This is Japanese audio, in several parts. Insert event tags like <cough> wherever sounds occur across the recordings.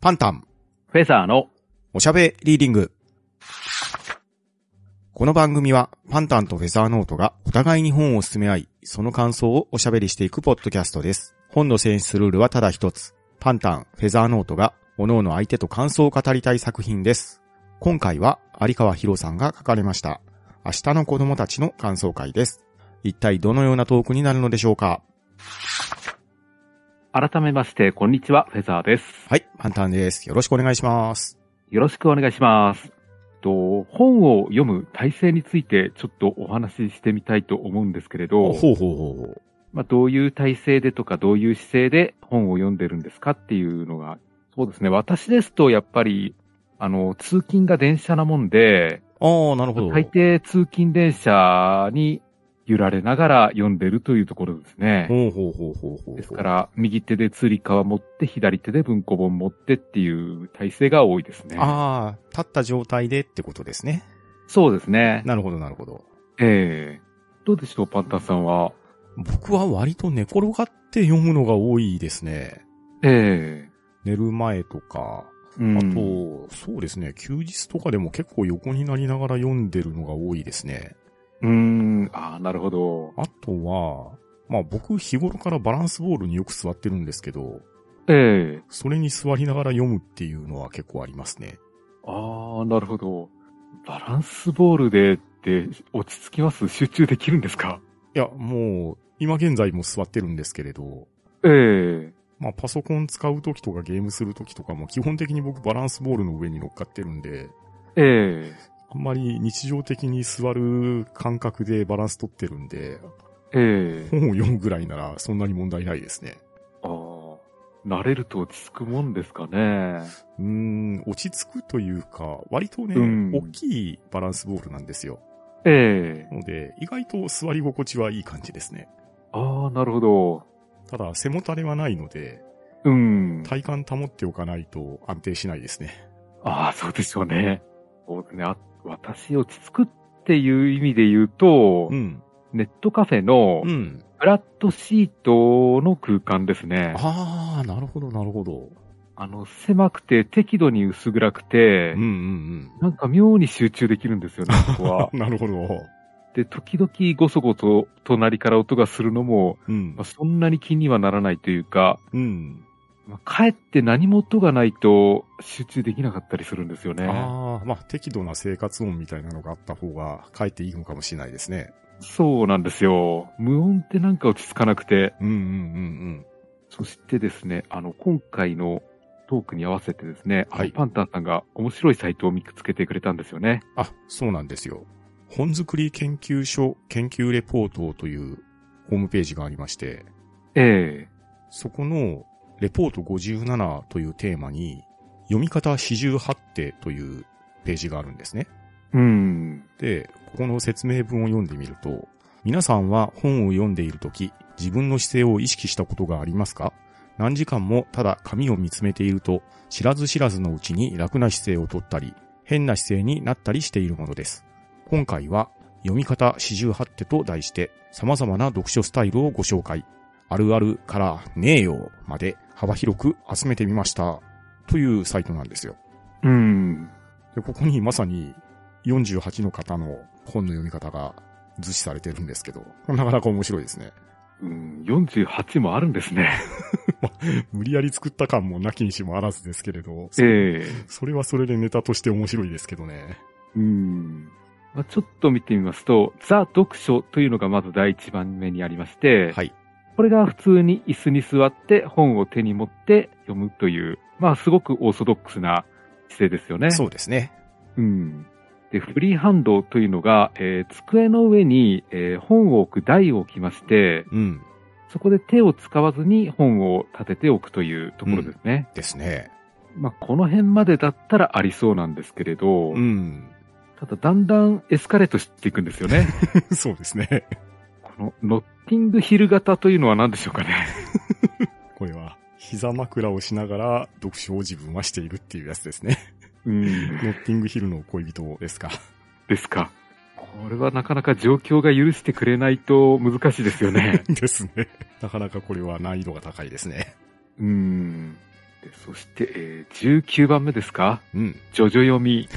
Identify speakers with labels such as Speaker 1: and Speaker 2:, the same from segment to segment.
Speaker 1: パンタン、
Speaker 2: フェザーの、
Speaker 1: おしゃべリーディング。この番組は、パンタンとフェザーノートがお互いに本を進め合い、その感想をおしゃべりしていくポッドキャストです。本の選出ルールはただ一つ。パンタン、フェザーノートが、各々相手と感想を語りたい作品です。今回は、有川博さんが書かれました。明日の子供たちの感想会です。一体どのようなトークになるのでしょうか
Speaker 2: 改めまして、こんにちは、フェザーです。
Speaker 1: はい、パンタンです。よろしくお願いします。
Speaker 2: よろしくお願いします。と本を読む体制についてちょっとお話ししてみたいと思うんですけれど、
Speaker 1: うほうほうほう。
Speaker 2: まあ、どういう体制でとかどういう姿勢で本を読んでるんですかっていうのが、そうですね、私ですとやっぱり、あの、通勤が電車なもんで、
Speaker 1: ああ、なるほど。
Speaker 2: 大抵通勤電車に揺られながら読んでるというところですね。
Speaker 1: ほうほうほうほうほうほう。
Speaker 2: ですか。ら、右手で釣り革持って、左手で文庫本持ってっていう体制が多いですね。
Speaker 1: ああ、立った状態でってことですね。
Speaker 2: そうですね。
Speaker 1: なるほど、なるほど。
Speaker 2: ええどうでしょう、パンタンさんは。
Speaker 1: 僕は割と寝転がって読むのが多いですね。
Speaker 2: え
Speaker 1: 寝る前とか、
Speaker 2: え
Speaker 1: あ
Speaker 2: うん
Speaker 1: と、そうですね、休日とかでも結構横になりながら読んでるのが多いですね。
Speaker 2: うーん、ああ、なるほど。
Speaker 1: あとは、まあ僕日頃からバランスボールによく座ってるんですけど、
Speaker 2: ええ
Speaker 1: それに座りながら読むっていうのは結構ありますね。
Speaker 2: ああ、なるほど。バランスボールでって落ち着きます集中できるんですか
Speaker 1: いや、もう、今現在も座ってるんですけれど、
Speaker 2: ええ
Speaker 1: まあ、パソコン使うときとかゲームするときとかも基本的に僕バランスボールの上に乗っかってるんで、
Speaker 2: え
Speaker 1: あんまり日常的に座る感覚でバランス取ってるんで、
Speaker 2: えええ
Speaker 1: 本を読むぐらいならそんなに問題ないですね。
Speaker 2: ああ、慣れると落ち着くもんですかね。
Speaker 1: うーん、落ち着くというか、割とね、
Speaker 2: うん
Speaker 1: 大きいバランスボールなんですよ。
Speaker 2: ええ
Speaker 1: ので、意外と座り心地はいい感じですね。
Speaker 2: ああ、なるほど。
Speaker 1: ただ、背もたれはないので、
Speaker 2: うん。
Speaker 1: 体幹保っておかないと安定しないですね。
Speaker 2: ああ、そうでしょうね。そうですね。あ私、落ち着くっていう意味で言うと、
Speaker 1: うん。
Speaker 2: ネットカフェの
Speaker 1: うん。
Speaker 2: フラットシートの空間ですね。
Speaker 1: あ
Speaker 2: あ
Speaker 1: ー、なるほど、なるほど。
Speaker 2: の、狭くて適度に薄暗く
Speaker 1: う
Speaker 2: て、
Speaker 1: んうんうん。。
Speaker 2: なんか妙に集中できるんですよね、ここ
Speaker 1: <laughs>
Speaker 2: は
Speaker 1: なるほど。
Speaker 2: で、時々ごそごそ隣から音がするのも、
Speaker 1: うん
Speaker 2: まあ、。そんなに気にはならないというか、
Speaker 1: うん。
Speaker 2: まあ、かえって何も音がないと集中できなかったりするんですよね。
Speaker 1: ああ、まあ適度な生活音みたいなのがあった方が書いていいのかもしれないですね。
Speaker 2: そうなんですよ。無音ってなんか落ち着かなくて、
Speaker 1: うんうんうん
Speaker 2: そしてですね、あの、今回のトークに合わせてですね、
Speaker 1: はい
Speaker 2: あのパンタンさんが面白いサイトを見つけてくれたんですよね。
Speaker 1: うん。あ、そうなんですよ。本作り研究所研究レポートというホームページがありまして、
Speaker 2: え
Speaker 1: そこのレポート57というテーマに読み方48手というページがあるんですね。
Speaker 2: えうん。
Speaker 1: で、ここの説明文を読んでみると、皆さんは本を読んでいるとき、自分の姿勢を意識したことがありますか何時間もただ紙を見つめていると、知らず知らずのうちに楽な姿勢をとったり、変な姿勢になったりしているものです。今回は、読み方48手と題して、様々な読書スタイルをご紹介。あるあるからねえよまで幅広く集めてみました。というサイトなんですよ。
Speaker 2: うん。
Speaker 1: で、ここにまさに48の方の本の読み方が図示されてるんですけど、 <laughs> なかなか面白いですね。 <laughs>
Speaker 2: うん、48もあるんですね。
Speaker 1: 無理やり作った感もなきにしもあらずですけれど、 <laughs> そ
Speaker 2: ええ
Speaker 1: それはそれでネタとして面白いですけどね。
Speaker 2: うん。まあ、ちょっと見てみますと、ザ・読書というのがまず第一番目にありまして、
Speaker 1: はい。
Speaker 2: これが普通に椅子に座って本を手に持って読むという、まあすごくオーソドックスな姿勢ですよね。
Speaker 1: そうですね。
Speaker 2: うん。で、フリーハンドというのが、えー机の上に、えー本を置く台を置きまして、
Speaker 1: うん。
Speaker 2: そこで手を使わずに本を立てておくというところですね。
Speaker 1: ですね。
Speaker 2: まあ、この辺までだったらありそうなんですけれど、
Speaker 1: うん。 <laughs>
Speaker 2: ただだんだんエスカレートしていくんですよね。
Speaker 1: そうですね。
Speaker 2: このノッティングヒル型というのは何でしょうかね。
Speaker 1: これは、膝枕をしながら読書を自分はしているっていうやつですね。
Speaker 2: うん。
Speaker 1: ノッティングヒルの恋人ですか。
Speaker 2: ですか。これはなかなか状況が許してくれないと難し
Speaker 1: <laughs>
Speaker 2: いですよね。
Speaker 1: ですね。なかなかこれは難易度が高いですね。
Speaker 2: うーん。で、そして、えー19番目ですか
Speaker 1: うん。
Speaker 2: ジョジョ読み。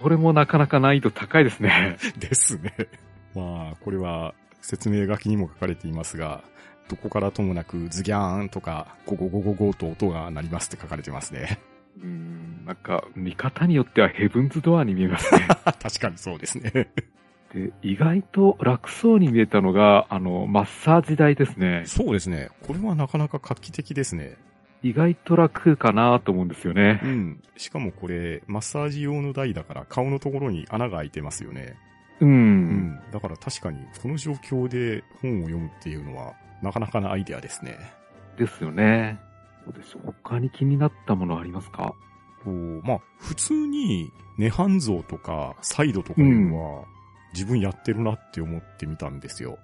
Speaker 2: これもなかなか難易度高いですね。
Speaker 1: ですね。 <laughs> まあ、これは説明書きにも書かれていますが、どこからともなくズギャーンとか、ゴゴゴゴゴと音が鳴りますって書かれてますね。 <laughs>
Speaker 2: うーん、なんか、見方によってはヘブンズドアに見えま
Speaker 1: <laughs>
Speaker 2: すね。
Speaker 1: 確かにそうですね。
Speaker 2: で、意外と楽そうに見えたのが、あの、マッサージ台ですね。
Speaker 1: <laughs> そうですね。これはなかなか画期的ですね。
Speaker 2: 意外と楽かなと思うんですよね
Speaker 1: う。ん。しかもこれ、マッサージ用の台だから顔のところに穴が開いてますよね。
Speaker 2: うん。
Speaker 1: うん。だから確かに、この状況で本を読むっていうのは、なかなかなアイデアですね。
Speaker 2: ですよね。そうです。他に気になったものありますか
Speaker 1: こう、まあ、普通に、涅槃像とか、サイドとかいうのは、自分やってるなって思ってみたんですよ。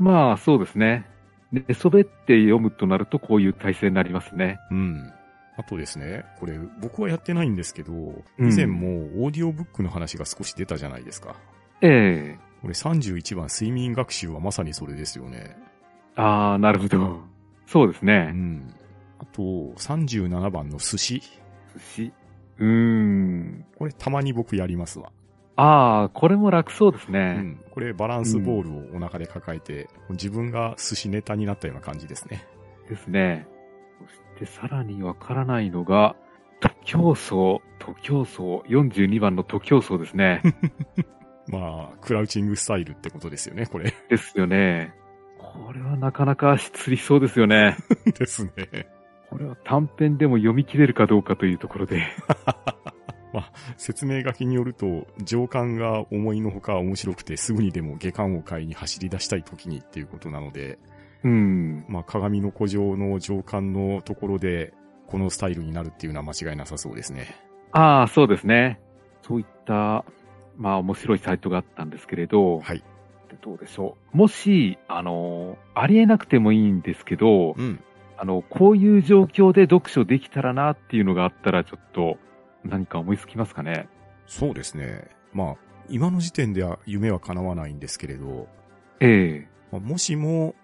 Speaker 2: まあ、そうですね。で寝そべって読むとなると、こういう体勢になりますね。
Speaker 1: うん。あとですね、これ、僕はやってないんですけど、
Speaker 2: ん
Speaker 1: 以前もオーディオブックの話が少し出たじゃないですか。
Speaker 2: ええ
Speaker 1: これ31番睡眠学習はまさにそれですよね。
Speaker 2: ああ、なるほど。そうです
Speaker 1: う
Speaker 2: ね。
Speaker 1: ん。あと、37番の寿司。
Speaker 2: 寿司。うーん。
Speaker 1: これたまに僕やりますわ。
Speaker 2: ああ、これも楽そうです
Speaker 1: う
Speaker 2: ね。
Speaker 1: ん。これバランスボールをお腹で抱えて、自分が寿司ネタになったような感じですね。
Speaker 2: ですね。そして、さらにわからないのが、徒競走、徒競走、42番の徒競走で
Speaker 1: <laughs>
Speaker 2: すね。
Speaker 1: まあ、クラウチングスタイルってことですよね、これ。 <laughs>
Speaker 2: ですよね。これはなかなか失礼そうですよね。
Speaker 1: ですね。
Speaker 2: これは短編でも読み切れるかどうかというとこ
Speaker 1: <laughs>
Speaker 2: ろで。
Speaker 1: 説明書きによると、上官が思いのほか面白くてすぐにでも下巻を買いに走り出したい時にっていうことなので、
Speaker 2: うん。
Speaker 1: まあ、鏡の古城の上官のところで、このスタイルになるっていうのは間違いなさそうですね。
Speaker 2: ああ、そうですね。そういった、まあ面白いサイトがあったんですけれど、
Speaker 1: はい。
Speaker 2: どうでしょう。もし、あの、ありえなくてもいいんですけど、
Speaker 1: うん。
Speaker 2: あの、こういう状況で読書できたらなっていうのがあったら、ちょっと何か思いつきますかね。
Speaker 1: そうですね。まあ、今の時点では夢は叶わないんですけれど、
Speaker 2: ええ
Speaker 1: まあもしも、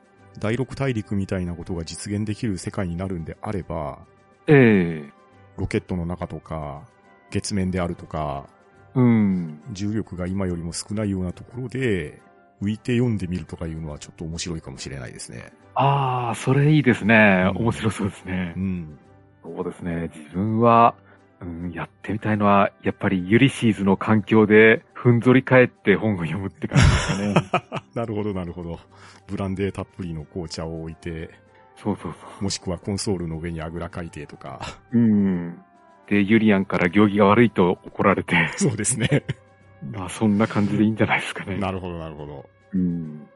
Speaker 1: 第六大陸みたいなことが実現できる世界になるんであれば、
Speaker 2: ええ
Speaker 1: ロケットの中とか、月面であるとか、
Speaker 2: うん。
Speaker 1: 重力が今よりも少ないようなところで、浮いて読んでみるとかいうのはちょっと面白いかもしれないですね。
Speaker 2: ああ、それいいですね。
Speaker 1: うん
Speaker 2: 面白そうですね
Speaker 1: う。ん。
Speaker 2: そうですね。自分は、うん、やってみたいのは、やっぱりユリシーズの環境で、ふんぞり返って本を読むって感じですか
Speaker 1: <laughs>
Speaker 2: ね。
Speaker 1: なるほど、なるほど。ブランデーたっぷりの紅茶を置いて、
Speaker 2: そうそうそ
Speaker 1: もしくはコンソールの上にあぐらかいてとか。 <laughs>
Speaker 2: う。うん。で、ユリアンから行儀が悪いと怒られて、
Speaker 1: そうですね。
Speaker 2: まあそんな感じでいいんじゃないですかね。
Speaker 1: なるほど、なるほど。
Speaker 2: うん。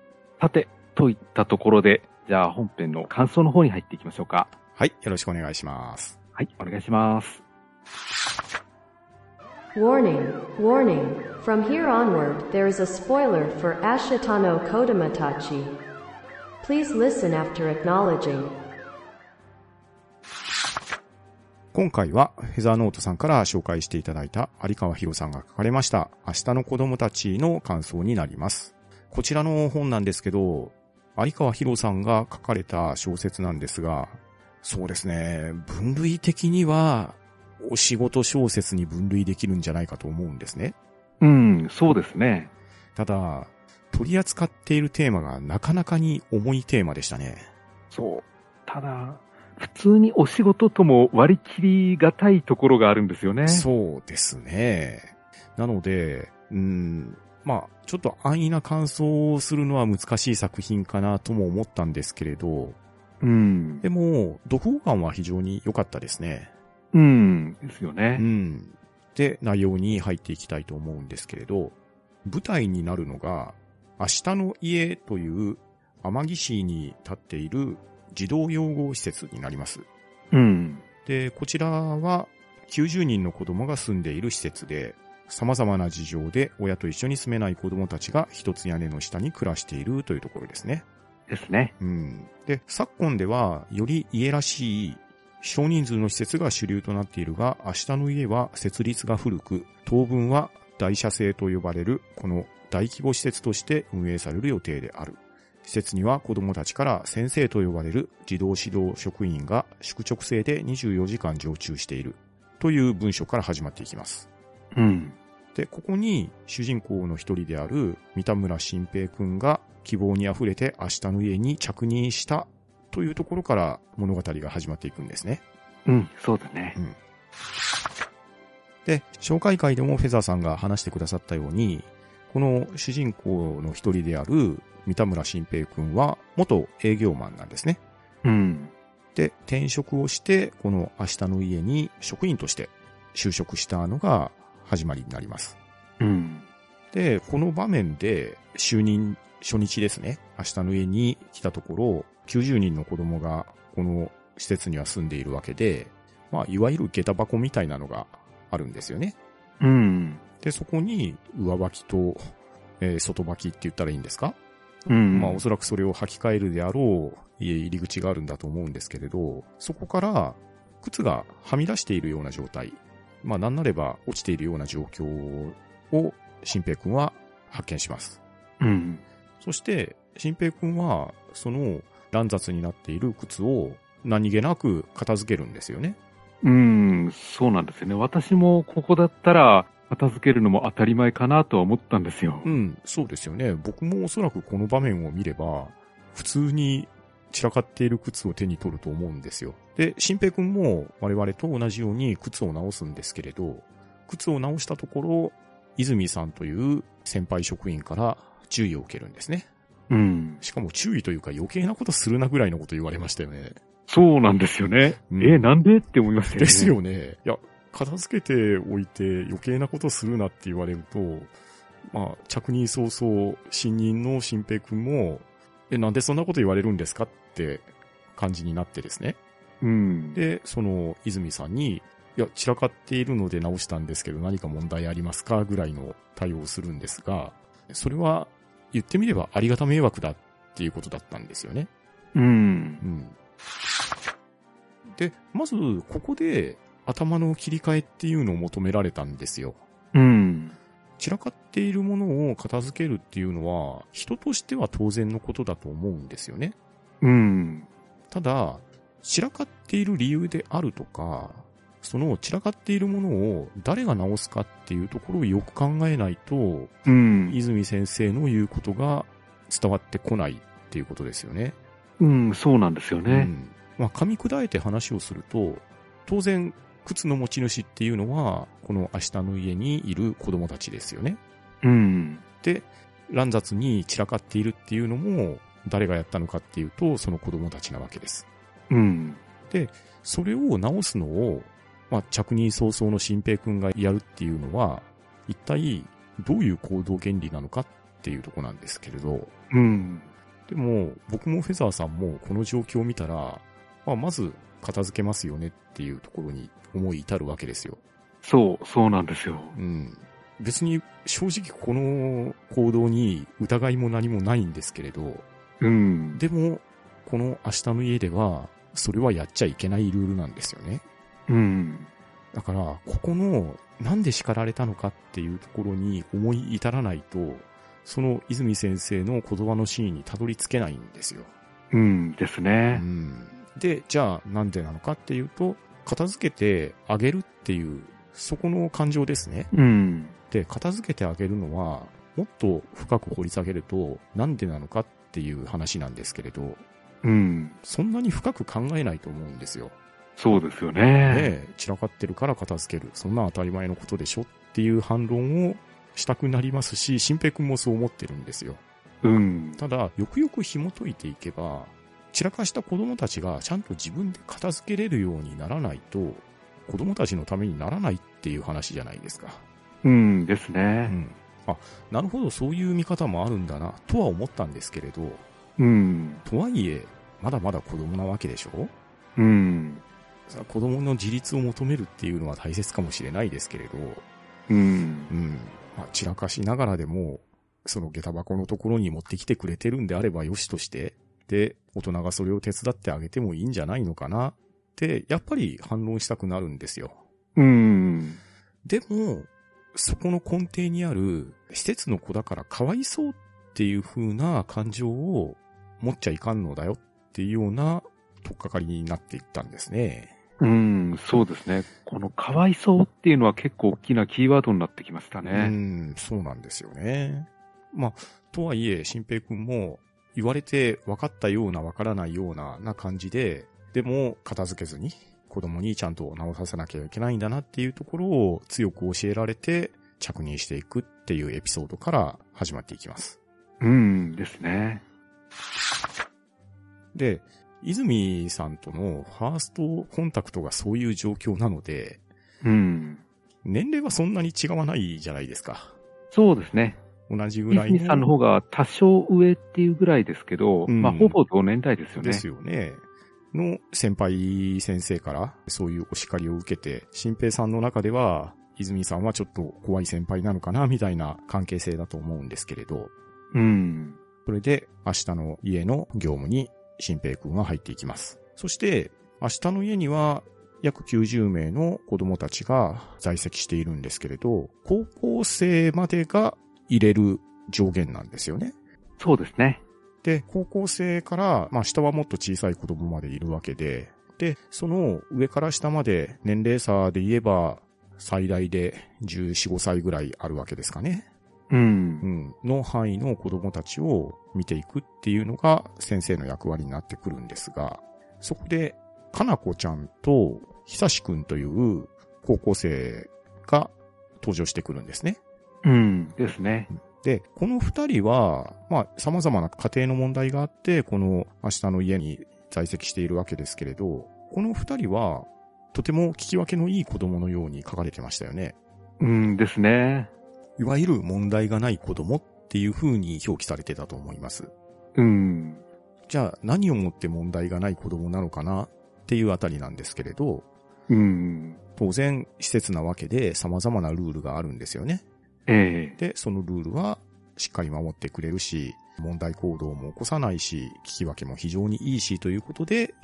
Speaker 2: さて、といったところで、じゃあ本編の感想の方に入っていきましょうか。
Speaker 1: はい、よろしくお願いします。
Speaker 2: はい、お願いします。
Speaker 3: Warning, warning. From here onward, there is a spoiler for Ashitano Kodamatachi. Please listen after acknowledging.
Speaker 1: 今回は、フェザーノートさんから紹介していただいた有川博さんが書かれました、明日の子供たちの感想になります。こちらの本なんですけど、有川博さんが書かれた小説なんですが、そうですね、分類的には、お仕事小説に分類できるんじゃないかと思うんですね。
Speaker 2: うん、そうですね。
Speaker 1: ただ、取り扱っているテーマがなかなかに重いテーマでしたね。
Speaker 2: そう。ただ、普通にお仕事とも割り切りがたいところがあるんですよね。
Speaker 1: そうですね。なので、うん、まあ、ちょっと安易な感想をするのは難しい作品かなとも思ったんですけれど、
Speaker 2: うん
Speaker 1: で。も、読後感は非常に良かったですね。
Speaker 2: うん。ですよ
Speaker 1: う
Speaker 2: ね。
Speaker 1: ん。で、内容に入っていきたいと思うんですけれど、舞台になるのが、明日の家という天城市に立っている児童養護施設になります。
Speaker 2: うん。
Speaker 1: で、こちらは90人の子供が住んでいる施設で、様々な事情で親と一緒に住めない子供たちが一つ屋根の下に暮らしているというところですね。
Speaker 2: ですね。
Speaker 1: うん。で、昨今ではより家らしい少人数の施設が主流となっているが、明日の家は設立が古く、当分は大社制と呼ばれるこの大規模施設として運営される予定である。施設には子供たちから先生と呼ばれる児童指導職員が宿直制で24時間常駐しているという文章から始まっていきます。
Speaker 2: うん。
Speaker 1: で、ここに主人公の一人である三田村新平くんが希望に溢れて明日の家に着任したというところから物語が始まっていくんですね。
Speaker 2: うん、そうだね。
Speaker 1: で、紹介会でもフェザーさんが話してくださったように、この主人公の一人である三田村新平くんは元営業マンなんですね。
Speaker 2: うん。
Speaker 1: で、転職をして、この明日の家に職員として就職したのが始まりになります。
Speaker 2: うん。
Speaker 1: で、この場面で就任初日ですね、明日の家に来たところ、90人の子供がこの施設には住んでいるわけで、まあ、いわゆる下駄箱みたいなのがあるんですよね。
Speaker 2: うん。
Speaker 1: で、そこに上履きと、えー外履きって言ったらいいんですか、
Speaker 2: うん。
Speaker 1: まあおそらくそれを履き替えるであろう家入り口があるんだと思うんですけれど、そこから靴がはみ出しているような状態、まあなんなれば落ちているような状況を新平くんは発見します。
Speaker 2: うん。
Speaker 1: そして新平くんはその乱雑になっている靴を何気なく片付けるんですよね。
Speaker 2: うん、そうなんですよね。私もここだったら、片付けるのも当たり前かなとは思ったんですよ。
Speaker 1: うん、そうですよね。僕もおそらくこの場面を見れば、普通に散らかっている靴を手に取ると思うんですよ。で、新平くんも我々と同じように靴を直すんですけれど、靴を直したところ、泉さんという先輩職員から注意を受けるんですね。
Speaker 2: うん。
Speaker 1: しかも注意というか余計なことするなぐらいのこと言われましたよね。
Speaker 2: そうなんですよね。
Speaker 1: うん
Speaker 2: え、なんでって思いますよね。
Speaker 1: です。よね。いや、片付けておいて余計なことするなって言われると、まあ、着任早々、新任の新平くんも、え、なんでそんなこと言われるんですかって感じになってですね。
Speaker 2: うん。
Speaker 1: で、その、泉さんに、いや、散らかっているので直したんですけど何か問題ありますかぐらいの対応をするんですが、それは言ってみればありがた迷惑だっていうことだったんですよね。
Speaker 2: うん
Speaker 1: う。ん。で、まず、ここで頭の切り替えっていうのを求められたんですよ。
Speaker 2: うん。
Speaker 1: 散らかっているものを片付けるっていうのは、人としては当然のことだと思うんですよね。
Speaker 2: うん。
Speaker 1: ただ、散らかっている理由であるとか、その散らかっているものを誰が直すかっていうところをよく考えないと、
Speaker 2: うん。
Speaker 1: 泉先生の言うことが伝わってこないっていうことですよね。
Speaker 2: うん、そうなんですよ
Speaker 1: う
Speaker 2: ね。
Speaker 1: んまあ、噛み砕いて話をすると、当然、靴の持ち主っていうのは、この明日の家にいる子供たちですよね。
Speaker 2: うん。
Speaker 1: で、乱雑に散らかっているっていうのも、誰がやったのかっていうと、その子供たちなわけです。
Speaker 2: うん。
Speaker 1: それを直すのを、まあ、着任早々の新平くんがやるっていうのは、一体どういう行動原理なのかっていうとこなんですけれど、
Speaker 2: うん。
Speaker 1: でも、僕もフェザーさんもこの状況を見たら、まあ、まず片付けますよねっていうところに思い至るわけですよ。
Speaker 2: そう、そうなんですよ。
Speaker 1: うん。別に正直この行動に疑いも何もないんですけれど、
Speaker 2: うん。
Speaker 1: でも、この明日の家では、それはやっちゃいけないルールなんですよね。
Speaker 2: うん。
Speaker 1: だから、ここの、なんで叱られたのかっていうところに思い至らないと、その泉先生の言葉の真意にたどり着けないんですよ。
Speaker 2: うんですね。
Speaker 1: で、じゃあなんでなのかっていうと、片付けてあげるっていう、そこの感情ですね。
Speaker 2: うん。
Speaker 1: で、片付けてあげるのは、もっと深く掘り下げると、なんでなのかっていう話なんですけれど、
Speaker 2: うん。
Speaker 1: そんなに深く考えないと思うんですよ。
Speaker 2: そうですよ
Speaker 1: ね
Speaker 2: ね。
Speaker 1: え散らかってるから片付ける。そんな当たり前のことでしょっていう反論をしたくなりますし、新平くんもそう思ってるんですよ。
Speaker 2: うん。
Speaker 1: ただ、よくよく紐解いていけば、散らかした子供たちがちゃんと自分で片付けれるようにならないと、子供たちのためにならないっていう話じゃないですか。
Speaker 2: うんです
Speaker 1: う
Speaker 2: ね。
Speaker 1: ん。あ、なるほど、そういう見方もあるんだな、とは思ったんですけれど、
Speaker 2: うん。
Speaker 1: とはいえ、まだまだ子供なわけでしょ
Speaker 2: うん。
Speaker 1: さあ子供の自立を求めるっていうのは大切かもしれないですけれど、
Speaker 2: うん
Speaker 1: う。ん。まあ、散らかしながらでも、その下駄箱のところに持ってきてくれてるんであればよしとして、で、大人がそれを手伝ってあげてもいいんじゃないのかなって、やっぱり反論したくなるんですよ。
Speaker 2: うん。
Speaker 1: でも、そこの根底にある、施設の子だからかわいそうっていう風な感情を持っちゃいかんのだよっていうような、とっかかりになっていったんですね。
Speaker 2: うん、そうですね。このかわいそうっていうのは結構大きなキーワードになってきました
Speaker 1: う
Speaker 2: ね。
Speaker 1: ん、そうなんですよね。まあ、とはいえ、新平くんも、言われて分かったような分からないようなな感じで、でも片付けずに子供にちゃんと直させなきゃいけないんだなっていうところを強く教えられて着任していくっていうエピソードから始まっていきます。
Speaker 2: うん、ですね。
Speaker 1: で、泉さんとのファーストコンタクトがそういう状況なので、
Speaker 2: うん。
Speaker 1: 年齢はそんなに違わないじゃないですか。
Speaker 2: そうですね。
Speaker 1: 同じぐらい
Speaker 2: 泉さんの方が多少上っていうぐらいですけど、
Speaker 1: うん
Speaker 2: まあ、ほぼ同年代ですよね。
Speaker 1: ですよね。の先輩先生からそういうお叱りを受けて、新平さんの中では、泉さんはちょっと怖い先輩なのかな、みたいな関係性だと思うんですけれど、
Speaker 2: うん。
Speaker 1: それで明日の家の業務に新平くんは入っていきます。そして、明日の家には約90名の子供たちが在籍しているんですけれど、高校生までが入れる上限なんですよね。
Speaker 2: そうですね。
Speaker 1: で、高校生から、まあ下はもっと小さい子供までいるわけで、で、その上から下まで年齢差で言えば最大で14、5歳ぐらいあるわけですかね。
Speaker 2: う。
Speaker 1: うんん。の範囲の子供たちを見ていくっていうのが先生の役割になってくるんですが、そこで、かなこちゃんとひさしくんという高校生が登場してくるんですね。
Speaker 2: うん。ですね。
Speaker 1: で、この二人は、まあ、様々な家庭の問題があって、この明日の家に在籍しているわけですけれど、この二人は、とても聞き分けのいい子供のように書かれてましたよね。
Speaker 2: うんですね。
Speaker 1: いわゆる問題がない子供っていう風に表記されてたと思います。
Speaker 2: うん。
Speaker 1: じゃあ、何をもって問題がない子供なのかなっていうあたりなんですけれど、
Speaker 2: うん。
Speaker 1: 当然、施設なわけで様々なルールがあるんですよね。
Speaker 2: ええ
Speaker 1: で、そのルールはしっかり守ってくれるし、問題行動も起こさないし、聞き分けも非常にいいしということで、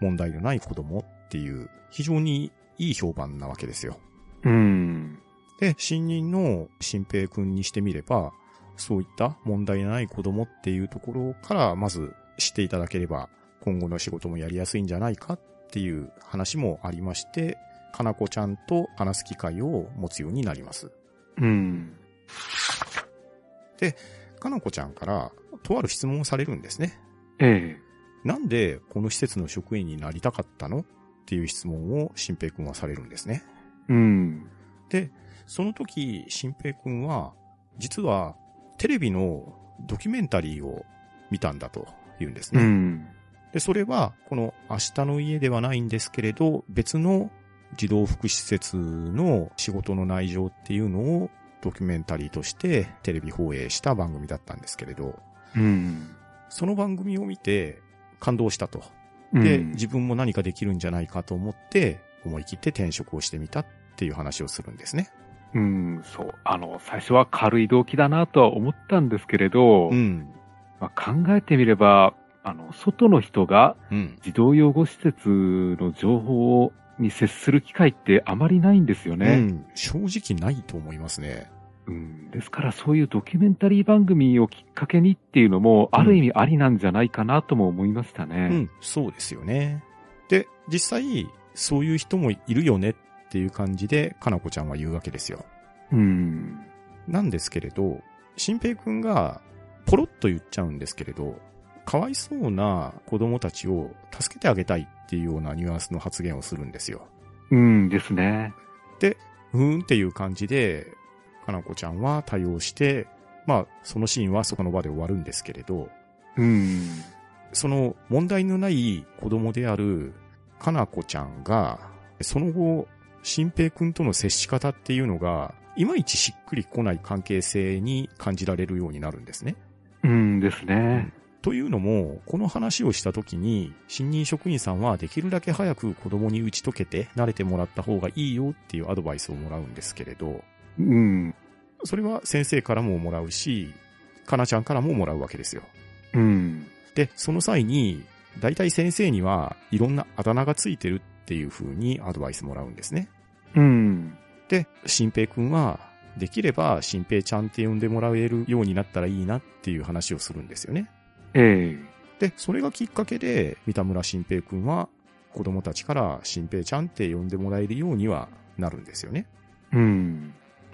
Speaker 1: 問題のない子供っていう、非常にいい評判なわけですよ。
Speaker 2: うん。
Speaker 1: で、新任の新平くんにしてみれば、そういった問題のない子供っていうところから、まず知っていただければ、今後の仕事もやりやすいんじゃないかっていう話もありまして、かなこちゃんと話す機会を持つようになります。
Speaker 2: うん。
Speaker 1: かなこちゃんから、とある質問をされるんですね。
Speaker 2: ええ
Speaker 1: なんで、この施設の職員になりたかったのっていう質問を、新平くんはされるんですね。
Speaker 2: うん。
Speaker 1: で、その時、新平くんは、実は、テレビのドキュメンタリーを見たんだと言うんです
Speaker 2: う
Speaker 1: ね。
Speaker 2: ん。
Speaker 1: で、それは、この明日の家ではないんですけれど、別の児童福祉施設の仕事の内情っていうのを、ドキュメンタリーとしてテレビ放映した番組だったんですけれど、
Speaker 2: うん。
Speaker 1: その番組を見て感動したと。
Speaker 2: うん
Speaker 1: で、自分も何かできるんじゃないかと思って、思い切って転職をしてみたっていう話をするんですね。
Speaker 2: うん、そう。あの、最初は軽い動機だなとは思ったんですけれど、
Speaker 1: ん。
Speaker 2: まあ、考えてみれば、あの、外の人が
Speaker 1: うん。
Speaker 2: 児童養護施設の情報をに接する機会ってあまりないんですよ
Speaker 1: う
Speaker 2: ね。
Speaker 1: ん。正直ないと思いますね。
Speaker 2: うん、ですからそういうドキュメンタリー番組をきっかけにっていうのも、ある意味ありなんじゃないかなとも思いました
Speaker 1: う
Speaker 2: ね。
Speaker 1: ん。そうですよね。で、実際、そういう人もいるよねっていう感じで、かなこちゃんは言うわけですよ。
Speaker 2: うん。
Speaker 1: なんですけれど、新平くんがポロッと言っちゃうんですけれど、かわいそうな子供たちを助けてあげたいっていうようなニュアンスの発言をするんですよ。
Speaker 2: うんですね。
Speaker 1: うーんっていう感じで、かなこちゃんは対応して、まあ、そのシーンはそこの場で終わるんですけれど、
Speaker 2: うん。
Speaker 1: その問題のない子供であるかなこちゃんが、その後、新平くんとの接し方っていうのが、いまいちしっくりこない関係性に感じられるようになるんですね。
Speaker 2: うんですね。
Speaker 1: というのも、この話をした時に、新任職員さんはできるだけ早く子供に打ち解けて慣れてもらった方がいいよっていうアドバイスをもらうんですけれど、
Speaker 2: うん。
Speaker 1: それは先生からももらうし、かなちゃんからももらうわけですよ。
Speaker 2: うん。
Speaker 1: で、その際に、大体先生にはいろんなあだ名がついてるっていう風にアドバイスもらうんですね。
Speaker 2: うん。
Speaker 1: で、新平くんは、できれば新平ちゃんって呼んでもらえるようになったらいいなっていう話をするんですよね。
Speaker 2: ええ
Speaker 1: で、それがきっかけで、三田村新平くんは、子供たちから新平ちゃんって呼んでもらえるようにはなるんですよね。
Speaker 2: うん。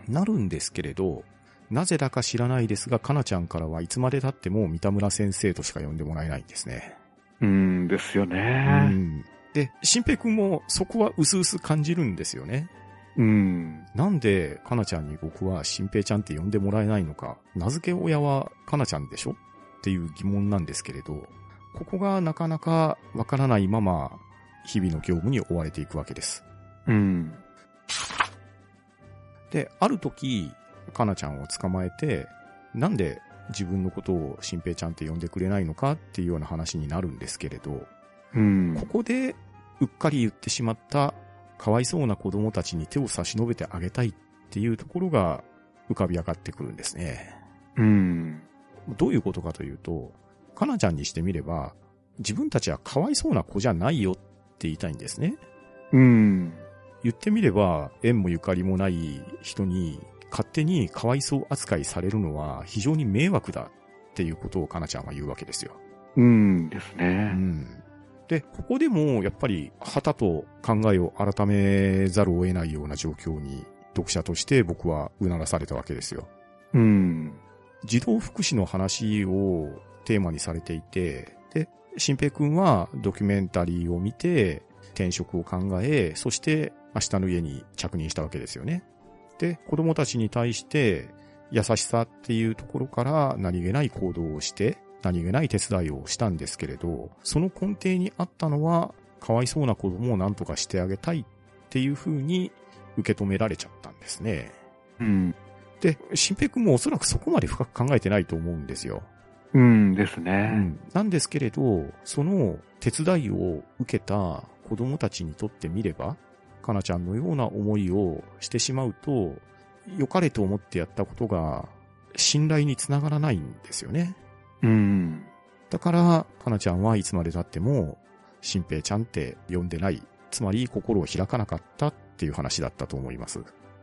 Speaker 1: なるんですけれど、なぜだか知らないですが、かなちゃんからはいつまで経っても三田村先生としか呼んでもらえないんですね。
Speaker 2: うんですよ
Speaker 1: う
Speaker 2: ね。
Speaker 1: ん。で、新平くんもそこは薄々感じるんですよね。
Speaker 2: うん。
Speaker 1: なんで、かなちゃんに僕は新平ちゃんって呼んでもらえないのか、名付け親はかなちゃんでしょっていう疑問なんですけれど、ここがなかなかわからないまま、日々の業務に追われていくわけです。
Speaker 2: うん。
Speaker 1: で、ある時、かなちゃんを捕まえて、なんで自分のことを新平ちゃんって呼んでくれないのかっていうような話になるんですけれど、
Speaker 2: うん。
Speaker 1: ここでうっかり言ってしまったかわいそうな子供たちに手を差し伸べてあげたいっていうところが浮かび上がってくるんですね。
Speaker 2: うん。
Speaker 1: どういうことかというと、かなちゃんにしてみれば、自分たちはかわいそうな子じゃないよって言いたいんですね。
Speaker 2: うん。
Speaker 1: 言ってみれば、縁もゆかりもない人に勝手にかわいそう扱いされるのは非常に迷惑だっていうことをかなちゃんは言うわけですよ。
Speaker 2: うんです
Speaker 1: う
Speaker 2: ね。
Speaker 1: ん。で、ここでもやっぱり旗と考えを改めざるを得ないような状況に読者として僕はうならされたわけですよ。
Speaker 2: うん。
Speaker 1: 児童福祉の話をテーマにされていて、で、新平くんはドキュメンタリーを見て、転職を考え、そして明日の家に着任したわけですよね。で、子供たちに対して優しさっていうところから何気ない行動をして、何気ない手伝いをしたんですけれど、その根底にあったのは、かわいそうな子供を何とかしてあげたいっていう風に受け止められちゃったんですね。
Speaker 2: うん。
Speaker 1: で、新平君もおそらくそこまで深く考えてないと思うんですよ。
Speaker 2: うんです
Speaker 1: う
Speaker 2: ね。
Speaker 1: ん。なんですけれど、その手伝いを受けた子供たちにとってみれば、かなちゃんのような思いをしてしまうと、良かれと思ってやったことが、信頼につながらないんですよね。
Speaker 2: うん。
Speaker 1: だから、かなちゃんはいつまで経っても、新平ちゃんって呼んでない。つまり心を開かなかったっていう話だったと思います。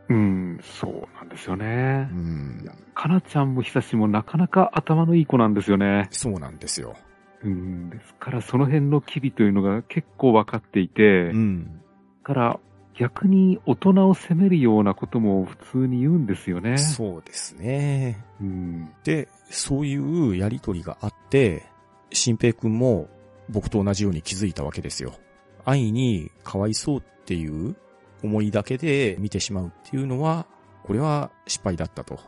Speaker 2: うん。そうなんですよね
Speaker 1: う。ん。
Speaker 2: かなちゃんもひさしもなかなか頭のいい子なんですよね。
Speaker 1: そうなんですよ。
Speaker 2: うん。ですからその辺の機微というのが結構分かっていて、だ
Speaker 1: ん。
Speaker 2: から逆に大人を責めるようなことも普通に言うんですよね。
Speaker 1: そうですね。
Speaker 2: うん。
Speaker 1: で、そういうやりとりがあって、新平くんも僕と同じように気づいたわけですよ。愛にかわいそうっていう思いだけで見てしまうっていうのは、これは失敗だったと。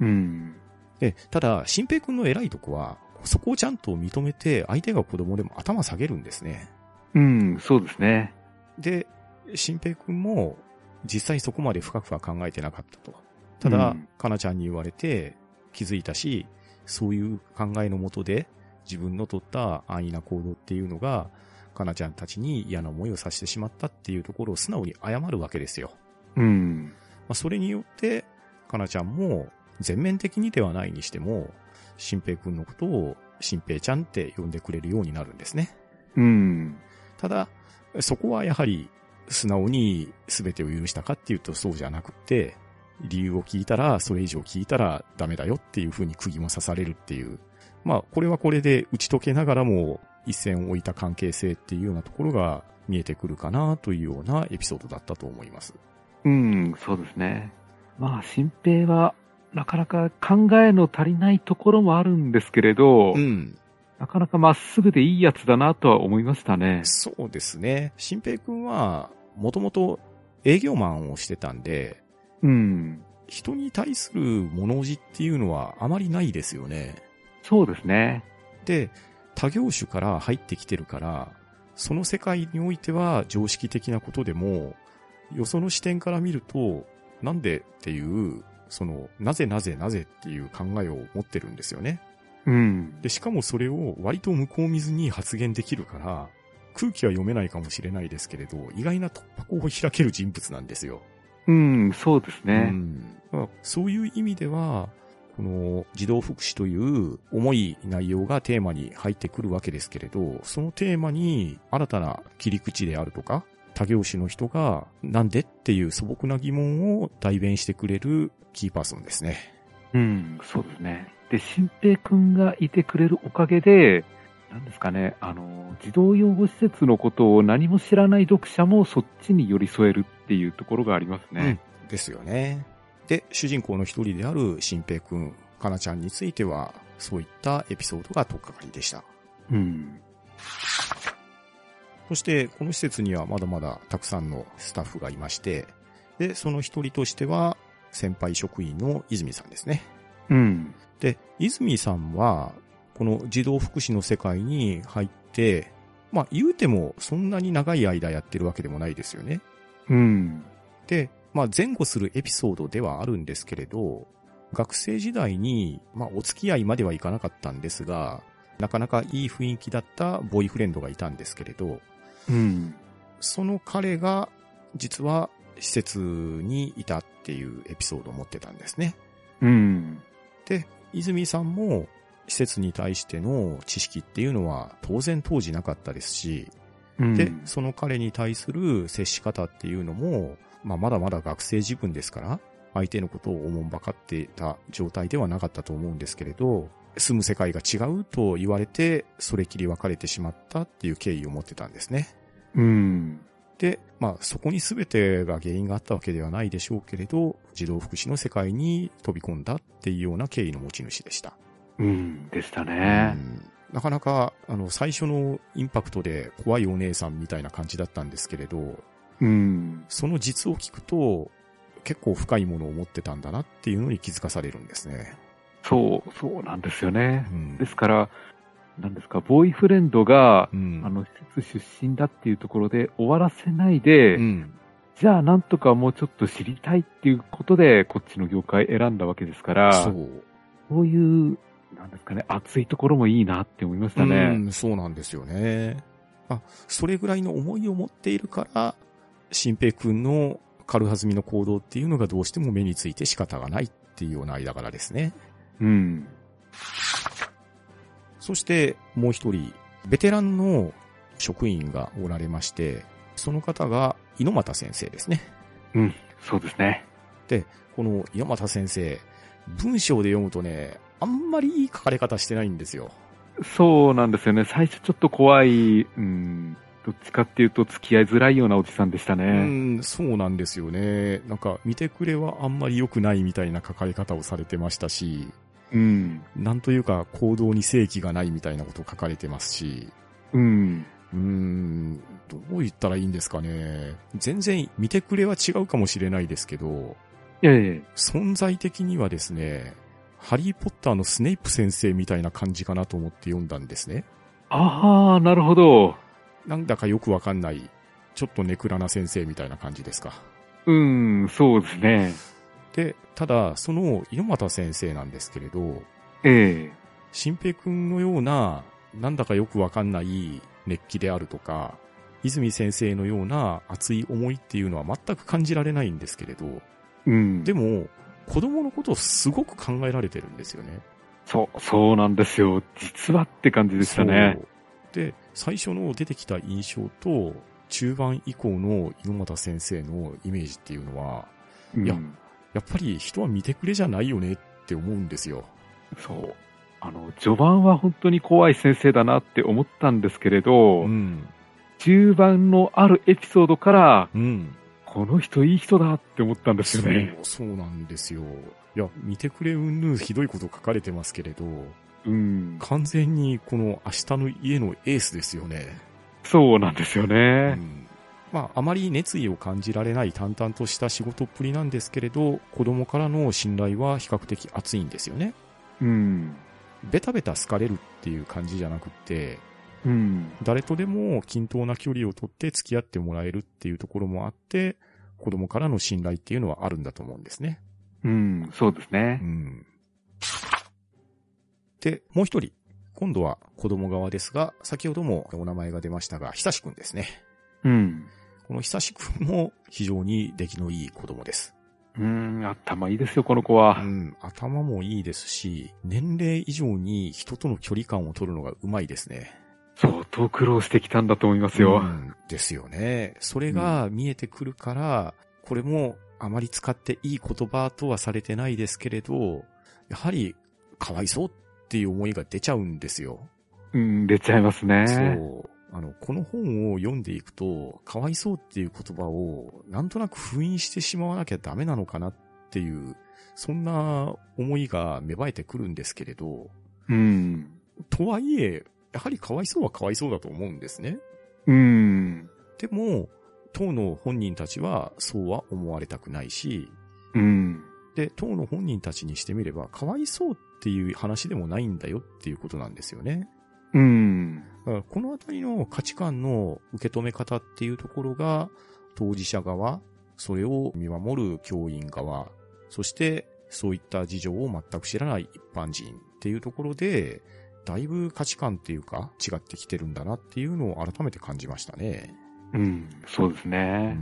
Speaker 2: うん。
Speaker 1: で、ただ、新平くんの偉いとこは、そこをちゃんと認めて、相手が子供でも頭下げるんですね。
Speaker 2: うん。そうですね。
Speaker 1: で、新平くんも実際そこまで深くは考えてなかったと。ただ、
Speaker 2: うん
Speaker 1: かなちゃんに言われて気づいたし、そういう考えのもとで自分の取った安易な行動っていうのが、かなちゃんたちに嫌な思いをさせてしまったっていうところを素直に謝るわけですよ。
Speaker 2: うん。
Speaker 1: まあ、それによって、かなちゃんも全面的にではないにしても、新平くんのことを新平ちゃんって呼んでくれるようになるんですね。
Speaker 2: うん。
Speaker 1: ただ、そこはやはり素直に全てを許したかっていうとそうじゃなくて、理由を聞いたら、それ以上聞いたらダメだよっていう風に釘も刺されるっていう。まあ、これはこれで打ち解けながらも一線を置いた関係性っていうようなところが見えてくるかなというようなエピソードだったと思います。
Speaker 2: うん、そうですね。まあ、新平は、なかなか考えの足りないところもあるんですけれど、
Speaker 1: ん。
Speaker 2: なかなかまっすぐでいいやつだなとは思いましたね。
Speaker 1: そうですね。新平くんは、もともと営業マンをしてたんで、
Speaker 2: うん、
Speaker 1: 人に対する物おじっていうのはあまりないですよね。
Speaker 2: そうですね。
Speaker 1: で、他業種から入ってきてるから、その世界においては常識的なことでも、よその視点から見ると、なんでっていう、その、なぜなぜなぜっていう考えを持ってるんですよね。
Speaker 2: うん、
Speaker 1: で、しかもそれを割と向こう見ずに発言できるから、空気は読めないかもしれないですけれど、意外な突破口を開ける人物なんですよ。
Speaker 2: うん、そうです
Speaker 1: う
Speaker 2: ね。
Speaker 1: んだからそういう意味では、この児童福祉という重い内容がテーマに入ってくるわけですけれど、そのテーマに新たな切り口であるとか、他業種の人がなんでっていう素朴な疑問を代弁してくれるキーパーソンですね。
Speaker 2: うん、そうですね。で、新平くんがいてくれるおかげで、なんですかね、あの、児童養護施設のことを何も知らない読者もそっちに寄り添えるっていうところがありますね。
Speaker 1: ですよね。で、主人公の一人である新平くん、かなちゃんについては、そういったエピソードがとっかかりでした。
Speaker 2: うん。
Speaker 1: そして、この施設にはまだまだたくさんのスタッフがいまして、で、その一人としては、先輩職員の泉さんですね。
Speaker 2: うん。
Speaker 1: で、泉さんは、この児童福祉の世界に入って、まあ言うてもそんなに長い間やってるわけでもないですよね。
Speaker 2: うん。
Speaker 1: で、まあ前後するエピソードではあるんですけれど、学生時代に、まあお付き合いまではいかなかったんですが、なかなかいい雰囲気だったボーイフレンドがいたんですけれど、
Speaker 2: うん。
Speaker 1: その彼が実は施設にいたっていうエピソードを持ってたんですね。
Speaker 2: うん。
Speaker 1: で、泉さんも施設に対しての知識っていうのは当然当時なかったですし、
Speaker 2: うん
Speaker 1: で、その彼に対する接し方っていうのも、まあまだまだ学生自分ですから、相手のことをおもんばかっていた状態ではなかったと思うんですけれど、住む世界が違うと言われて、それきり別れてしまったっていう経緯を持ってたんですね。
Speaker 2: うん。
Speaker 1: で、まあそこに全てが原因があったわけではないでしょうけれど、児童福祉の世界に飛び込んだっていうような経緯の持ち主でした。
Speaker 2: うん。でした
Speaker 1: う
Speaker 2: ね。
Speaker 1: んなかなか、あの、最初のインパクトで怖いお姉さんみたいな感じだったんですけれど、
Speaker 2: うん。
Speaker 1: その実を聞くと、結構深いものを持ってたんだなっていうのに気づかされるんですね。
Speaker 2: そう、そうなんですよね
Speaker 1: う。ん
Speaker 2: で。すから、なんですか、ボーイフレンドが
Speaker 1: う、ん。
Speaker 2: あの、施設出身だっていうところで終わらせないで、
Speaker 1: うん。
Speaker 2: じゃあなんとかもうちょっと知りたいっていうことで、こっちの業界選んだわけですから、
Speaker 1: そ
Speaker 2: そう
Speaker 1: う。
Speaker 2: ういう、なんですかね、熱いところもいいなって思いました
Speaker 1: う
Speaker 2: ね。
Speaker 1: ん、そうなんですよね。あ、それぐらいの思いを持っているから、新平くんの軽はずみの行動っていうのがどうしても目について仕方がないっていうような間柄ですね。
Speaker 2: うん。
Speaker 1: そしてもう一人、ベテランの職員がおられまして、その方が猪俣先生ですね。
Speaker 2: そうですね。
Speaker 1: この猪俣先生、文章で読むとね、あんまりいい書かれ方してないんですよ。
Speaker 2: そうなんですよね。最初ちょっと怖い、うん、どっちかっていうと付き合いづらいようなおじさんでした
Speaker 1: う
Speaker 2: ね。
Speaker 1: ん、そうなんですよね。なんか、見てくれはあんまり良くないみたいな書かれ方をされてましたし、
Speaker 2: うん。
Speaker 1: なんというか行動に正規がないみたいなことを書かれてますし、
Speaker 2: うん。
Speaker 1: うーん、どう言ったらいいんですかね。全然見てくれは違うかもしれないですけど、
Speaker 2: いやいやいや
Speaker 1: 存在的にはですね、ハリーポッターのスネイプ先生みたいな感じかなと思って読んだんですね。
Speaker 2: ああ、なるほど。
Speaker 1: なんだかよくわかんない、ちょっとネクラな先生みたいな感じですか。
Speaker 2: うん、そうですね。
Speaker 1: で、ただ、その、猪俣先生なんですけれど、
Speaker 2: ええ
Speaker 1: 新平くんのような、なんだかよくわかんない熱気であるとか、泉先生のような熱い思いっていうのは全く感じられないんですけれど、
Speaker 2: うん。
Speaker 1: でも、子供のことをすごく考えられてるんですよね。
Speaker 2: そう、そうなんですよ。実はって感じでしたね。
Speaker 1: そう。で、最初の出てきた印象と、中盤以降の猪俣先生のイメージっていうのは、
Speaker 2: うん
Speaker 1: いややっぱり人は見てくれじゃないよねって思うんですよ。
Speaker 2: そう。あの、序盤は本当に怖い先生だなって思ったんですけれど、
Speaker 1: ん。
Speaker 2: 中盤のあるエピソードから、
Speaker 1: うん。
Speaker 2: この人いい人だって思ったんですよね。
Speaker 1: そう、そうなんですよ。いや、見てくれうんぬんひどいこと書かれてますけれど、
Speaker 2: うん。
Speaker 1: 完全にこの明日の家のエースですよね。
Speaker 2: そうなんですよ
Speaker 1: う
Speaker 2: ね。
Speaker 1: ん。まあ、あまり熱意を感じられない淡々とした仕事っぷりなんですけれど、子供からの信頼は比較的厚いんですよね。
Speaker 2: うん。
Speaker 1: ベタベタ好かれるっていう感じじゃなくって、
Speaker 2: うん。
Speaker 1: 誰とでも均等な距離をとって付き合ってもらえるっていうところもあって、子供からの信頼っていうのはあるんだと思うんですね。
Speaker 2: うん。そうですね
Speaker 1: う。ん。で、もう一人。今度は子供側ですが、先ほどもお名前が出ましたが、久しくんですね。
Speaker 2: うん。
Speaker 1: この久しくんも非常に出来のいい子供です。
Speaker 2: うん。頭いいですよ、この子
Speaker 1: う
Speaker 2: は。
Speaker 1: ん、頭もいいですし、年齢以上に人との距離感を取るのがうまいですね。
Speaker 2: 相当苦労してきたんだと思いますよ
Speaker 1: う。んですよね。それが見えてくるから、これもあまり使っていい言葉とはされてないですけれど、やはりかわいそうっていう思いが出ちゃうんですよ。
Speaker 2: うん、出ちゃいますね。
Speaker 1: そう。あの、この本を読んでいくと、かわいそうっていう言葉を、なんとなく封印してしまわなきゃダメなのかなっていう、そんな思いが芽生えてくるんですけれど、
Speaker 2: うん。
Speaker 1: とはいえ、やはりかわいそうはかわいそうだと思うんですね。
Speaker 2: うん。
Speaker 1: でも、当の本人たちはそうは思われたくないし、
Speaker 2: うん。
Speaker 1: で、当の本人たちにしてみれば、かわいそうっていう話でもないんだよっていうことなんですよね。
Speaker 2: うん。
Speaker 1: だからこのあたりの価値観の受け止め方っていうところが、当事者側、それを見守る教員側、そしてそういった事情を全く知らない一般人っていうところで、だいぶ価値観っていうか違ってきてるんだなっていうのを改めて感じましたね。
Speaker 2: うん。そうですね。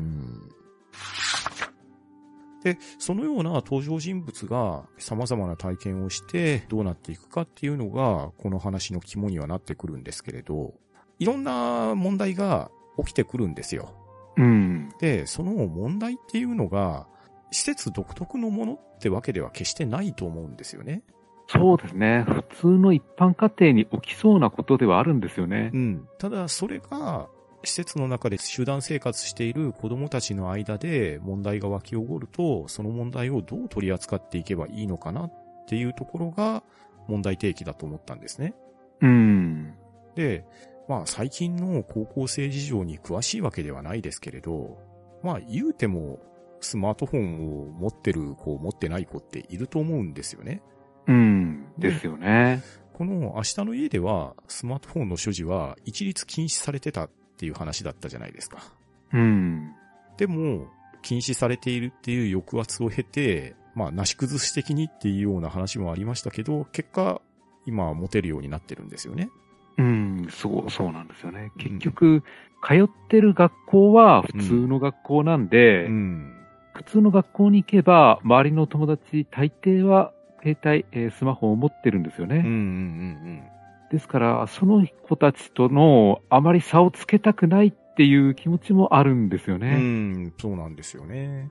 Speaker 1: で、そのような登場人物が様々な体験をしてどうなっていくかっていうのが、この話の肝にはなってくるんですけれど、いろんな問題が起きてくるんですよ。
Speaker 2: うん。
Speaker 1: で、その問題っていうのが、施設独特のものってわけでは決してないと思うんですよね。
Speaker 2: そうですね。普通の一般家庭に起きそうなことではあるんですよね
Speaker 1: う。ん。ただ、それが、施設の中で集団生活している子供たちの間で問題が湧き起こると、その問題をどう取り扱っていけばいいのかなっていうところが問題提起だと思ったんですね。
Speaker 2: うん。
Speaker 1: で、まあ最近の高校生事情に詳しいわけではないですけれど、まあ言うてもスマートフォンを持ってる子、持ってない子っていると思うんですよね。
Speaker 2: うん。ですよね。
Speaker 1: この明日の家ではスマートフォンの所持は一律禁止されてたっていう話だったじゃないですか。
Speaker 2: うん。
Speaker 1: でも、禁止されているっていう抑圧を経て、まあ、なし崩し的にっていうような話もありましたけど、結果、今は持てるようになってるんですよね。
Speaker 2: うん。そう、そうなんですよね。結局、通ってる学校は普通の学校なんで、
Speaker 1: うん。
Speaker 2: 普通の学校に行けば、周りの友達、大抵は携帯、えースマホを持ってるんですよ
Speaker 1: うんうん
Speaker 2: ね。
Speaker 1: うん
Speaker 2: ですから、その子たちとのあまり差をつけたくないっていう気持ちもあるんですよ
Speaker 1: うん。う
Speaker 2: ね。
Speaker 1: ん、そうなんですよね。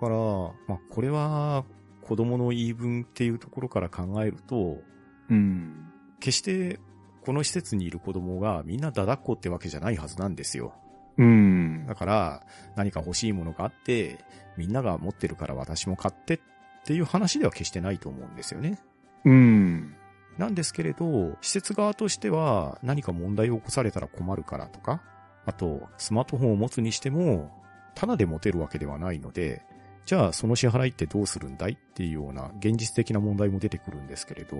Speaker 1: だから、まあ、これは、子供の言い分っていうところから考えると、
Speaker 2: うん。
Speaker 1: 決して、この施設にいる子供がみんなだだっこってわけじゃないはずなんですよ。
Speaker 2: うん。
Speaker 1: だから、何か欲しいものがあって、みんなが持ってるから私も買ってっていう話では決してないと思うんですよね。
Speaker 2: うん。
Speaker 1: なんですけれど、施設側としては何か問題を起こされたら困るからとか、あと、スマートフォンを持つにしても、ただで持てるわけではないので、じゃあその支払いってどうするんだいっていうような現実的な問題も出てくるんですけれど、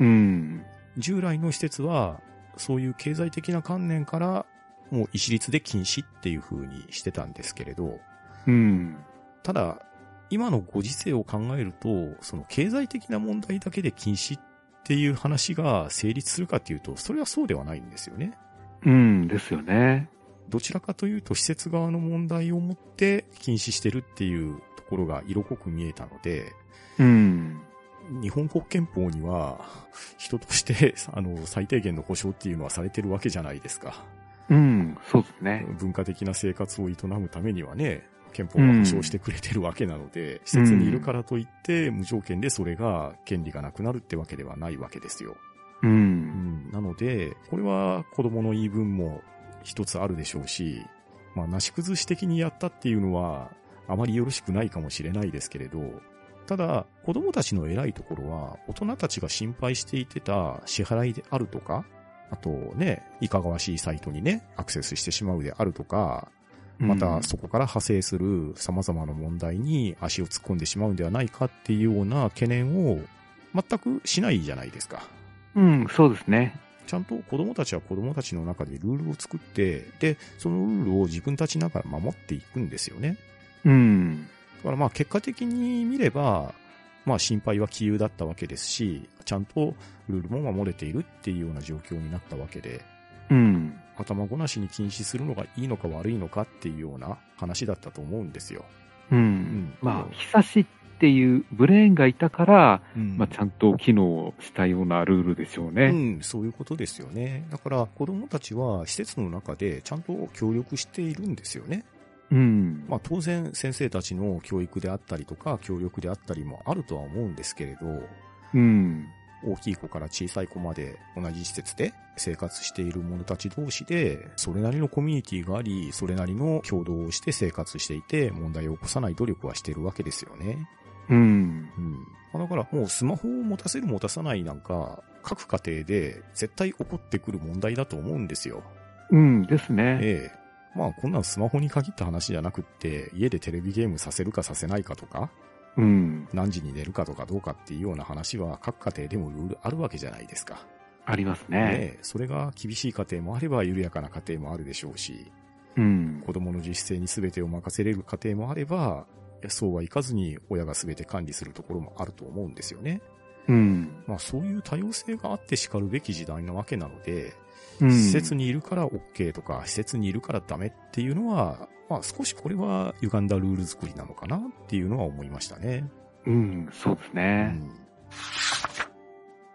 Speaker 2: うん。
Speaker 1: 従来の施設は、そういう経済的な観念から、もう一律で禁止っていう風にしてたんですけれど、
Speaker 2: うん。
Speaker 1: ただ、今のご時世を考えると、その経済的な問題だけで禁止っていう話が成立するかっていうと、それはそうではないんですよね。
Speaker 2: うん。ですよね。
Speaker 1: どちらかというと、施設側の問題をもって禁止してるっていうところが色濃く見えたので、
Speaker 2: うん。
Speaker 1: 日本国憲法には、人として、あの、最低限の保障っていうのはされてるわけじゃないですか。
Speaker 2: うん。そうですね。
Speaker 1: 文化的な生活を営むためにはね、憲法が保障してくれてるわけなので、施設にいるからといって、無条件でそれが権利がなくなるってわけではないわけですよ。
Speaker 2: う。
Speaker 1: うんん、なので、これは子供の言い分も一つあるでしょうし、まあ、なし崩し的にやったっていうのは、あまりよろしくないかもしれないですけれど、ただ、子供たちの偉いところは、大人たちが心配していてた支払いであるとか、あとね、いかがわしいサイトにね、アクセスしてしまうであるとか、またそこから派生する様々な問題に足を突っ込んでしまうんではないかっていうような懸念を全くしないじゃないですか。
Speaker 2: うん。そうですね。
Speaker 1: ちゃんと子供たちは子供たちの中でルールを作って、で、そのルールを自分たちながら守っていくんですよね。
Speaker 2: うん。
Speaker 1: だからまあ結果的に見れば、まあ心配は杞憂だったわけですし、ちゃんとルールも守れているっていうような状況になったわけで、
Speaker 2: うん。
Speaker 1: 頭ごなしに禁止するのがいいのか悪いのかっていうような話だったと思うんですよ。
Speaker 2: うん。
Speaker 1: ん
Speaker 2: まあ、久しっていうブレーンがいたから、まあ、ちゃんと機能したようなルールでしょう
Speaker 1: う
Speaker 2: ね。
Speaker 1: ん、そういうことですよね。だから子供たちは施設の中でちゃんと協力しているんですよね。
Speaker 2: うん。
Speaker 1: まあ当然先生たちの教育であったりとか協力であったりもあるとは思うんですけれど、
Speaker 2: うん。
Speaker 1: 大きい子から小さい子まで同じ施設で生活している者たち同士で、それなりのコミュニティがあり、それなりの共同をして生活していて、問題を起こさない努力はしてるわけですよね。
Speaker 2: うん。
Speaker 1: うん。まあだからもうスマホを持たせる持たさないなんか、各家庭で絶対起こってくる問題だと思うんですよ。
Speaker 2: うんですね。
Speaker 1: ええ。まあこんなのスマホに限った話じゃなくって、家でテレビゲームさせるかさせないかとか、
Speaker 2: うん。
Speaker 1: 何時に寝るかとかどうかっていうような話は各家庭でもいろいろあるわけじゃないですか。
Speaker 2: ありますね。
Speaker 1: ねえ、それが厳しい家庭もあれば緩やかな家庭もあるでしょうし、
Speaker 2: うん。
Speaker 1: 子供の自主性に全てを任せれる家庭もあれば、いやそうはいかずに親が全て管理するところもあると思うんですよね。
Speaker 2: うん。
Speaker 1: まあそういう多様性があって叱るべき時代なわけなので、
Speaker 2: うん。
Speaker 1: 施設にいるから OK とか、施設にいるからダメっていうのは、まあ少しこれは歪んだルール作りなのかなっていうのは思いましたね。
Speaker 2: うん。そうです
Speaker 1: う
Speaker 2: ね。
Speaker 1: ん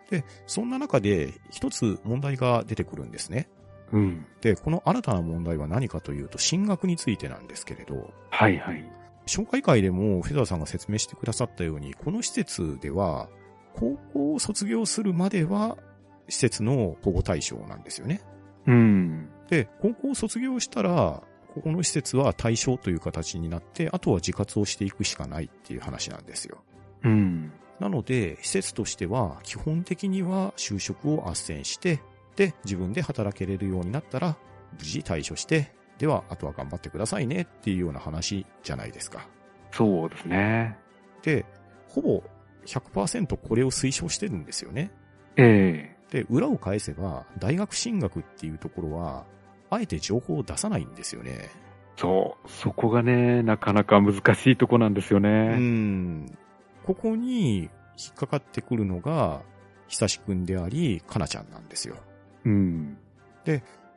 Speaker 1: で、そんな中で一つ問題が出てくるんですね。
Speaker 2: うん。
Speaker 1: で、この新たな問題は何かというと、進学についてなんですけれど、
Speaker 2: はいはい。
Speaker 1: 紹介会でもフェザーさんが説明してくださったように、この施設では、高校を卒業するまでは、施設の保護対象なんですよね。
Speaker 2: うん。
Speaker 1: で、高校を卒業したら、ここの施設は対象という形になって、あとは自活をしていくしかないっていう話なんですよ。
Speaker 2: うん。
Speaker 1: なので、施設としては、基本的には就職を斡旋して、で、自分で働けれるようになったら、無事対処して、では、あとは頑張ってくださいねっていうような話じゃないですか。
Speaker 2: そうですね。
Speaker 1: で、ほぼ100%これを推奨してるんですよね。
Speaker 2: え
Speaker 1: で、裏を返せば、大学進学っていうところは、あえて情報を出さないんですよね。
Speaker 2: えそう。そこがね、なかなか難しいとこなんですよ
Speaker 1: う
Speaker 2: ね。
Speaker 1: ん。ここに引っかかってくるのが、久しくんであり、かなちゃんなんですよ。
Speaker 2: うん。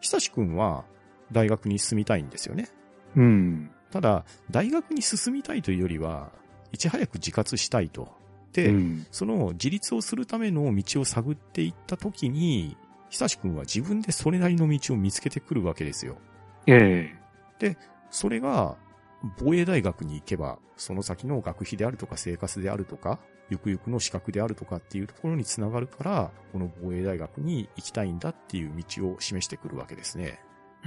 Speaker 1: 久しくんは大学に進みたいんですよね。
Speaker 2: うん。
Speaker 1: ただ、大学に進みたいというよりは、いち早く自活したいと。で、
Speaker 2: うん。
Speaker 1: その自立をするための道を探っていった時に、久しくんは自分でそれなりの道を見つけてくるわけですよ。
Speaker 2: ええ
Speaker 1: それが、防衛大学に行けば、その先の学費であるとか生活であるとか、ゆくゆくの資格であるとかっていうところにつながるから、この防衛大学に行きたいんだっていう道を示してくるわけですね。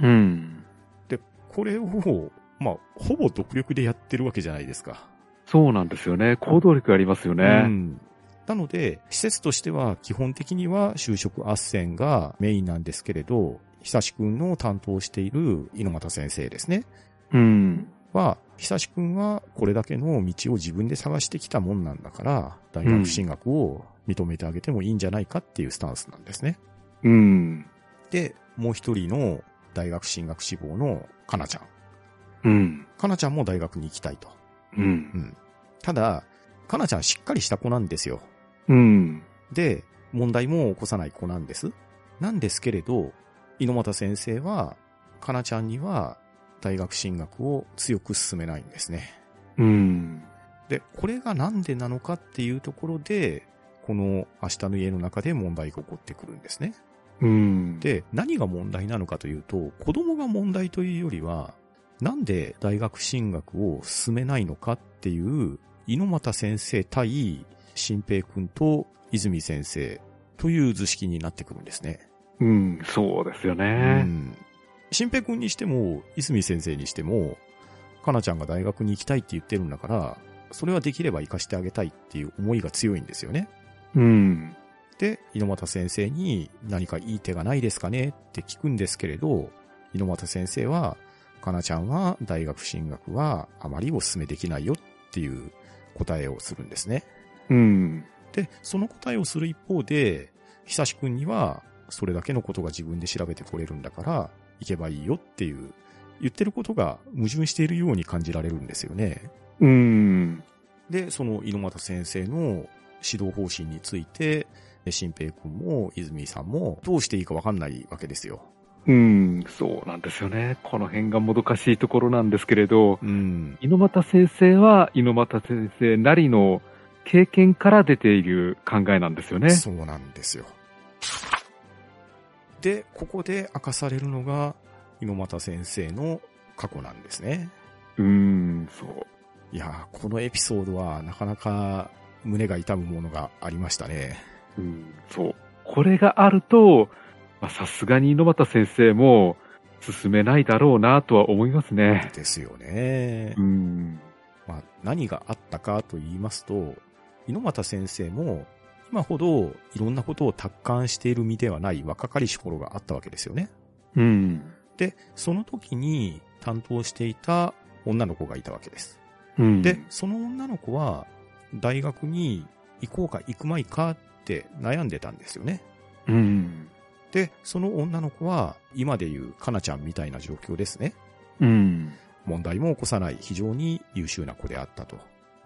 Speaker 2: うん。
Speaker 1: で、これを、まあ、ほぼ独力でやってるわけじゃないですか。
Speaker 2: そうなんですよね。行動力ありますよ
Speaker 1: う
Speaker 2: ね。
Speaker 1: んなので、施設としては基本的には就職斡旋がメインなんですけれど、久しくんの担当している猪俣先生ですね。
Speaker 2: うん。
Speaker 1: は、久しくんはこれだけの道を自分で探してきたもんなんだから、大学進学を認めてあげてもいいんじゃないかっていうスタンスなんですね。
Speaker 2: うん。
Speaker 1: で、もう一人の大学進学志望のかなちゃん。
Speaker 2: うん。
Speaker 1: かなちゃんも大学に行きたいと。
Speaker 2: うん。
Speaker 1: ただ、かなちゃんしっかりした子なんですよ。
Speaker 2: うん。
Speaker 1: で、問題も起こさない子なんです。なんですけれど、猪俣先生は、かなちゃんには大学進学を強く進めないんですね。
Speaker 2: うん。
Speaker 1: で、これがなんでなのかっていうところで、この明日の家の中で問題が起こってくるんですね。
Speaker 2: うん。、
Speaker 1: で、何が問題なのかというと、子供が問題というよりは、なんで大学進学を進めないのかっていう、猪俣先生対新平君と泉先生という図式になってくるんですね。
Speaker 2: うん。そうですよ
Speaker 1: う
Speaker 2: ね。
Speaker 1: ん。新平君にしても、泉先生にしても、かなちゃんが大学に行きたいって言ってるんだから、それはできれば活かしてあげたいっていう思いが強いんですよね。
Speaker 2: うん。
Speaker 1: で、猪俣先生に何かいい手がないですかねって聞くんですけれど、猪俣先生は、かなちゃんは大学進学はあまりお勧めできないよっていう答えをするんですね。
Speaker 2: うん。
Speaker 1: で、その答えをする一方で、久しくんには、それだけのことが自分で調べてこれるんだから、行けばいいよっていう、言ってることが矛盾しているように感じられるんですよね。
Speaker 2: うん。
Speaker 1: で、その猪俣先生の指導方針について、新平君も泉さんもどうしていいかわかんないわけですよ。
Speaker 2: うん。そうなんですよね。この辺がもどかしいところなんですけれど、
Speaker 1: うん。
Speaker 2: 猪俣先生は猪俣先生なりの経験から出ている考えなんですよね。
Speaker 1: そうなんですよ。で、ここで明かされるのが猪俣先生の過去なんですね。
Speaker 2: うん。そう。
Speaker 1: いやー、このエピソードはなかなか胸が痛むものがありましたね。
Speaker 2: うん。そう。これがあると、まあさすがに猪俣先生も進めないだろうなとは思いますね。
Speaker 1: ですよね
Speaker 2: う。ん。
Speaker 1: まあ、何があったかと言いますと、猪俣先生も、今ほどいろんなことを達観している身ではない若かりし頃があったわけですよね。
Speaker 2: うん。
Speaker 1: で、その時に担当していた女の子がいたわけです。
Speaker 2: うん。
Speaker 1: で、その女の子は、大学に行こうか行くまいかって悩んでたんですよね。
Speaker 2: うん。
Speaker 1: で、その女の子は、今でいうかなちゃんみたいな状況ですね。
Speaker 2: うん。
Speaker 1: 問題も起こさない非常に優秀な子であったと。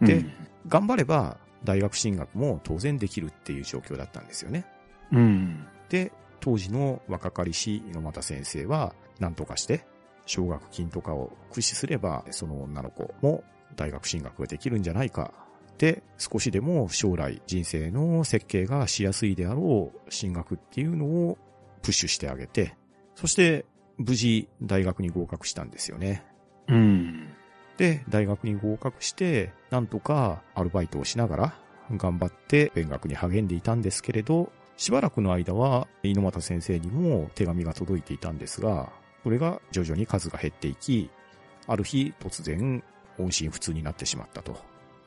Speaker 2: うん
Speaker 1: で、頑張れば大学進学も当然できるっていう状況だったんですよね。
Speaker 2: うん。
Speaker 1: で、当時の若かりし猪俣先生は何とかして奨学金とかを駆使すればその女の子も大学進学ができるんじゃないか。で、少しでも将来人生の設計がしやすいであろう進学っていうのをプッシュしてあげて、そして無事大学に合格したんですよね。
Speaker 2: うん。
Speaker 1: で、大学に合格して、なんとかアルバイトをしながら、頑張って勉学に励んでいたんですけれど、しばらくの間は、猪俣先生にも手紙が届いていたんですが、それが徐々に数が減っていき、ある日突然、音信不通になってしまったと。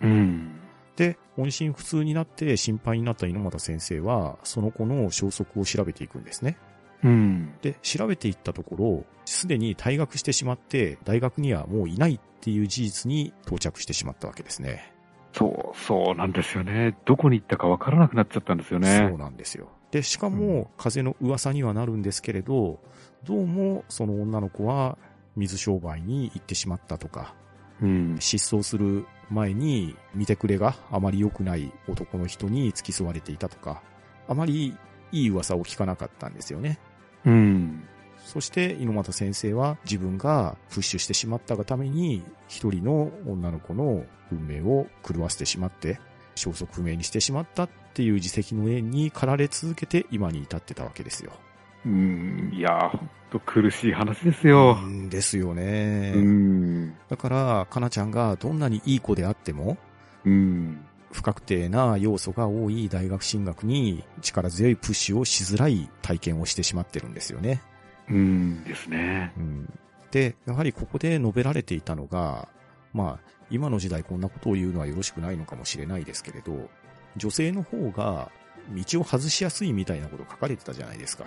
Speaker 2: うん。
Speaker 1: で、音信不通になって心配になった猪俣先生は、その子の消息を調べていくんですね。
Speaker 2: うん。
Speaker 1: で、調べていったところ、すでに退学してしまって、大学にはもういないっていう事実に到着してしまったわけですね。
Speaker 2: そう、そうなんですよね。どこに行ったかわからなくなっちゃったんですよ
Speaker 1: そう
Speaker 2: ね。
Speaker 1: なんですよ。で、しか
Speaker 2: う
Speaker 1: も、風の噂にはなるんですけれど、どうも、その女の子は、水商売に行ってしまったとか、
Speaker 2: うん。
Speaker 1: 失踪する前に、見てくれがあまり良くない男の人に付き添われていたとか、あまりいい噂を聞かなかったんですよね。
Speaker 2: うん。
Speaker 1: そして猪俣先生は自分がプッシュしてしまったがために一人の女の子の運命を狂わせてしまって消息不明にしてしまったっていう自責の縁に駆られ続けて今に至ってたわけですよ。
Speaker 2: うん。いやー、ほんと苦しい話ですよ。
Speaker 1: うんですよね。
Speaker 2: うん。
Speaker 1: だから、かなちゃんがどんなにいい子であっても
Speaker 2: うん。
Speaker 1: 不確定な要素が多い大学進学に力強いプッシュをしづらい体験をしてしまってるんですよね。
Speaker 2: うん。ですね。
Speaker 1: うんで、やはりここで述べられていたのが、まあ、今の時代こんなことを言うのはよろしくないのかもしれないですけれど、女性の方が道を外しやすいみたいなこと書かれてたじゃないですか。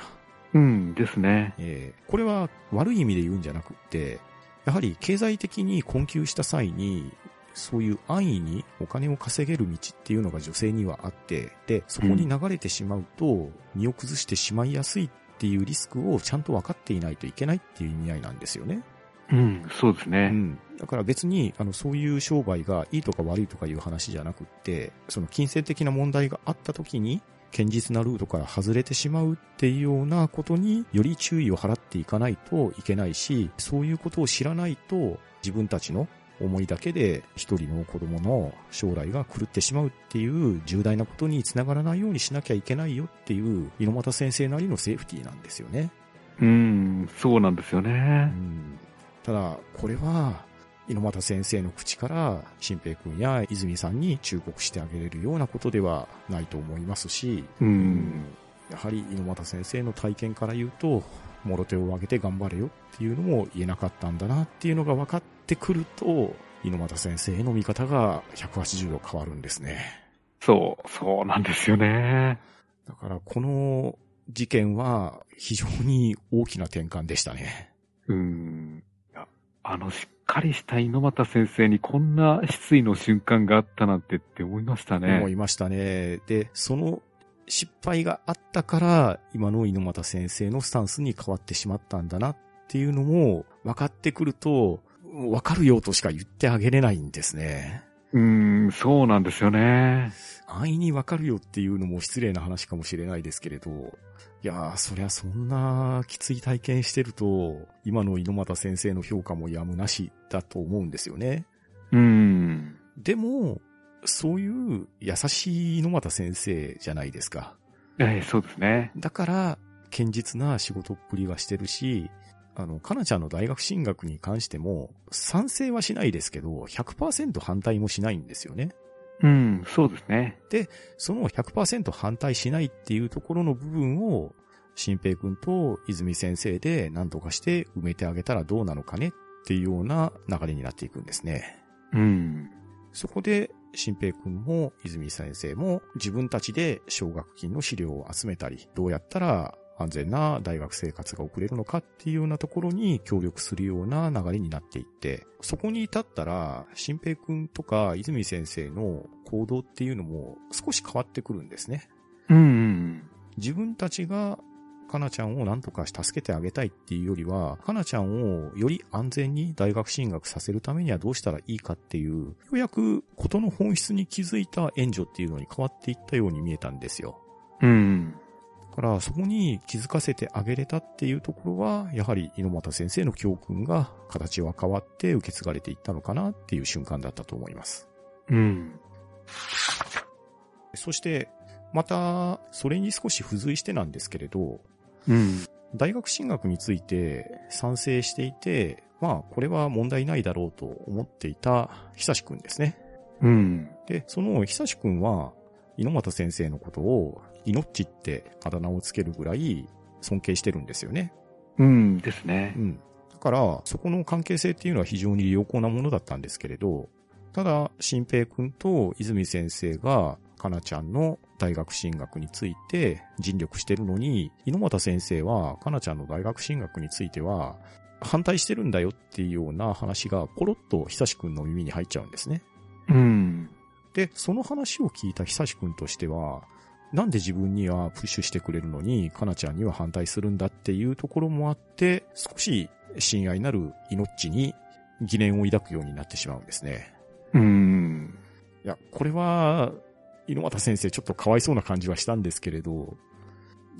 Speaker 2: うん。ですね。
Speaker 1: えーこれは悪い意味で言うんじゃなくって、やはり経済的に困窮した際に、そういう安易にお金を稼げる道っていうのが女性にはあって、で、そこに流れてしまうと、身を崩してしまいやすいっていうリスクをちゃんと分かっていないといけないっていう意味合いなんですよね。
Speaker 2: うん。そうです
Speaker 1: う
Speaker 2: ね。
Speaker 1: ん。だから別に、あの、そういう商売がいいとか悪いとかいう話じゃなくって、その金銭的な問題があった時に、堅実なルートから外れてしまうっていうようなことにより注意を払っていかないといけないし、そういうことを知らないと自分たちの思いだけで一人の子供の将来が狂ってしまうっていう重大なことにつながらないようにしなきゃいけないよっていう猪俣先生なりのセーフティーなんですよね。
Speaker 2: うん。そうなんですよ
Speaker 1: う
Speaker 2: ね。
Speaker 1: んただ、これは、猪俣先生の口から、新平君や泉さんに忠告してあげれるようなことではないと思いますし、
Speaker 2: う。
Speaker 1: うんやはり猪俣先生の体験から言うと、もろ手を挙げて頑張れよっていうのも言えなかったんだなっていうのが分かってくると、猪俣先生への見方が180度変わるんですね。
Speaker 2: そう、そうなんですよね。
Speaker 1: だから、この事件は非常に大きな転換でしたね。
Speaker 2: うん。いやあの、しっかりした猪俣先生にこんな失意の瞬間があったなんてって思いました
Speaker 1: 思
Speaker 2: ね。
Speaker 1: いましたね。で、その失敗があったから、今の猪俣先生のスタンスに変わってしまったんだなっていうのも分かってくると、分かるよとしか言ってあげれないんですね。
Speaker 2: うん、そうなんですよね。
Speaker 1: 安易に分かるよっていうのも失礼な話かもしれないですけれど、いやー、そりゃそんなきつい体験してると、今の猪俣先生の評価もやむなしだと思うんですよね。
Speaker 2: うん。
Speaker 1: でも、そういう優しい猪俣先生じゃないですか。
Speaker 2: ええそうですね。
Speaker 1: だから、堅実な仕事っぷりはしてるし、あの、かなちゃんの大学進学に関しても、賛成はしないですけど、100%反対もしないんですよね。
Speaker 2: うん、そうですね。
Speaker 1: その100%反対しないっていうところの部分を、新平くんと泉先生で何とかして埋めてあげたらどうなのかねっていうような流れになっていくんですね。
Speaker 2: うん。
Speaker 1: そこで、新平くんも泉先生も自分たちで奨学金の資料を集めたり、どうやったら安全な大学生活が送れるのかっていうようなところに協力するような流れになっていって、そこに至ったら、新平くんとか泉先生の行動っていうのも少し変わってくるんですね。
Speaker 2: うんうん。
Speaker 1: 自分たちがかなちゃんを何とか助けてあげたいっていうよりは、かなちゃんをより安全に大学進学させるためにはどうしたらいいかっていう、ようやくことの本質に気づいた援助っていうのに変わっていったように見えたんですよ。
Speaker 2: うん。
Speaker 1: だからそこに気づかせてあげれたっていうところは、やはり猪俣先生の教訓が形は変わって受け継がれていったのかなっていう瞬間だったと思います。
Speaker 2: うん。
Speaker 1: そして、また、それに少し付随してなんですけれど、
Speaker 2: うん。
Speaker 1: 大学進学について賛成していて、まあ、これは問題ないだろうと思っていた久志くんですね。
Speaker 2: うん。
Speaker 1: で、その久志くんは、猪俣先生のことを、命ってあだ名をつけるぐらい尊敬してるんですよね。
Speaker 2: うんですね
Speaker 1: う。ん。だから、そこの関係性っていうのは非常に良好なものだったんですけれど、ただ、新平くんと泉先生が、かなちゃんの大学進学について尽力してるのに、猪俣先生は、かなちゃんの大学進学については、反対してるんだよっていうような話が、ポロッと久志くんの耳に入っちゃうんですね。
Speaker 2: うん。
Speaker 1: で、その話を聞いた久志くんとしては、なんで自分にはプッシュしてくれるのに、かなちゃんには反対するんだっていうところもあって、少し親愛なる命に疑念を抱くようになってしまうんですね。
Speaker 2: うん。
Speaker 1: いや、これは、猪俣先生ちょっとかわいそうな感じはしたんですけれど、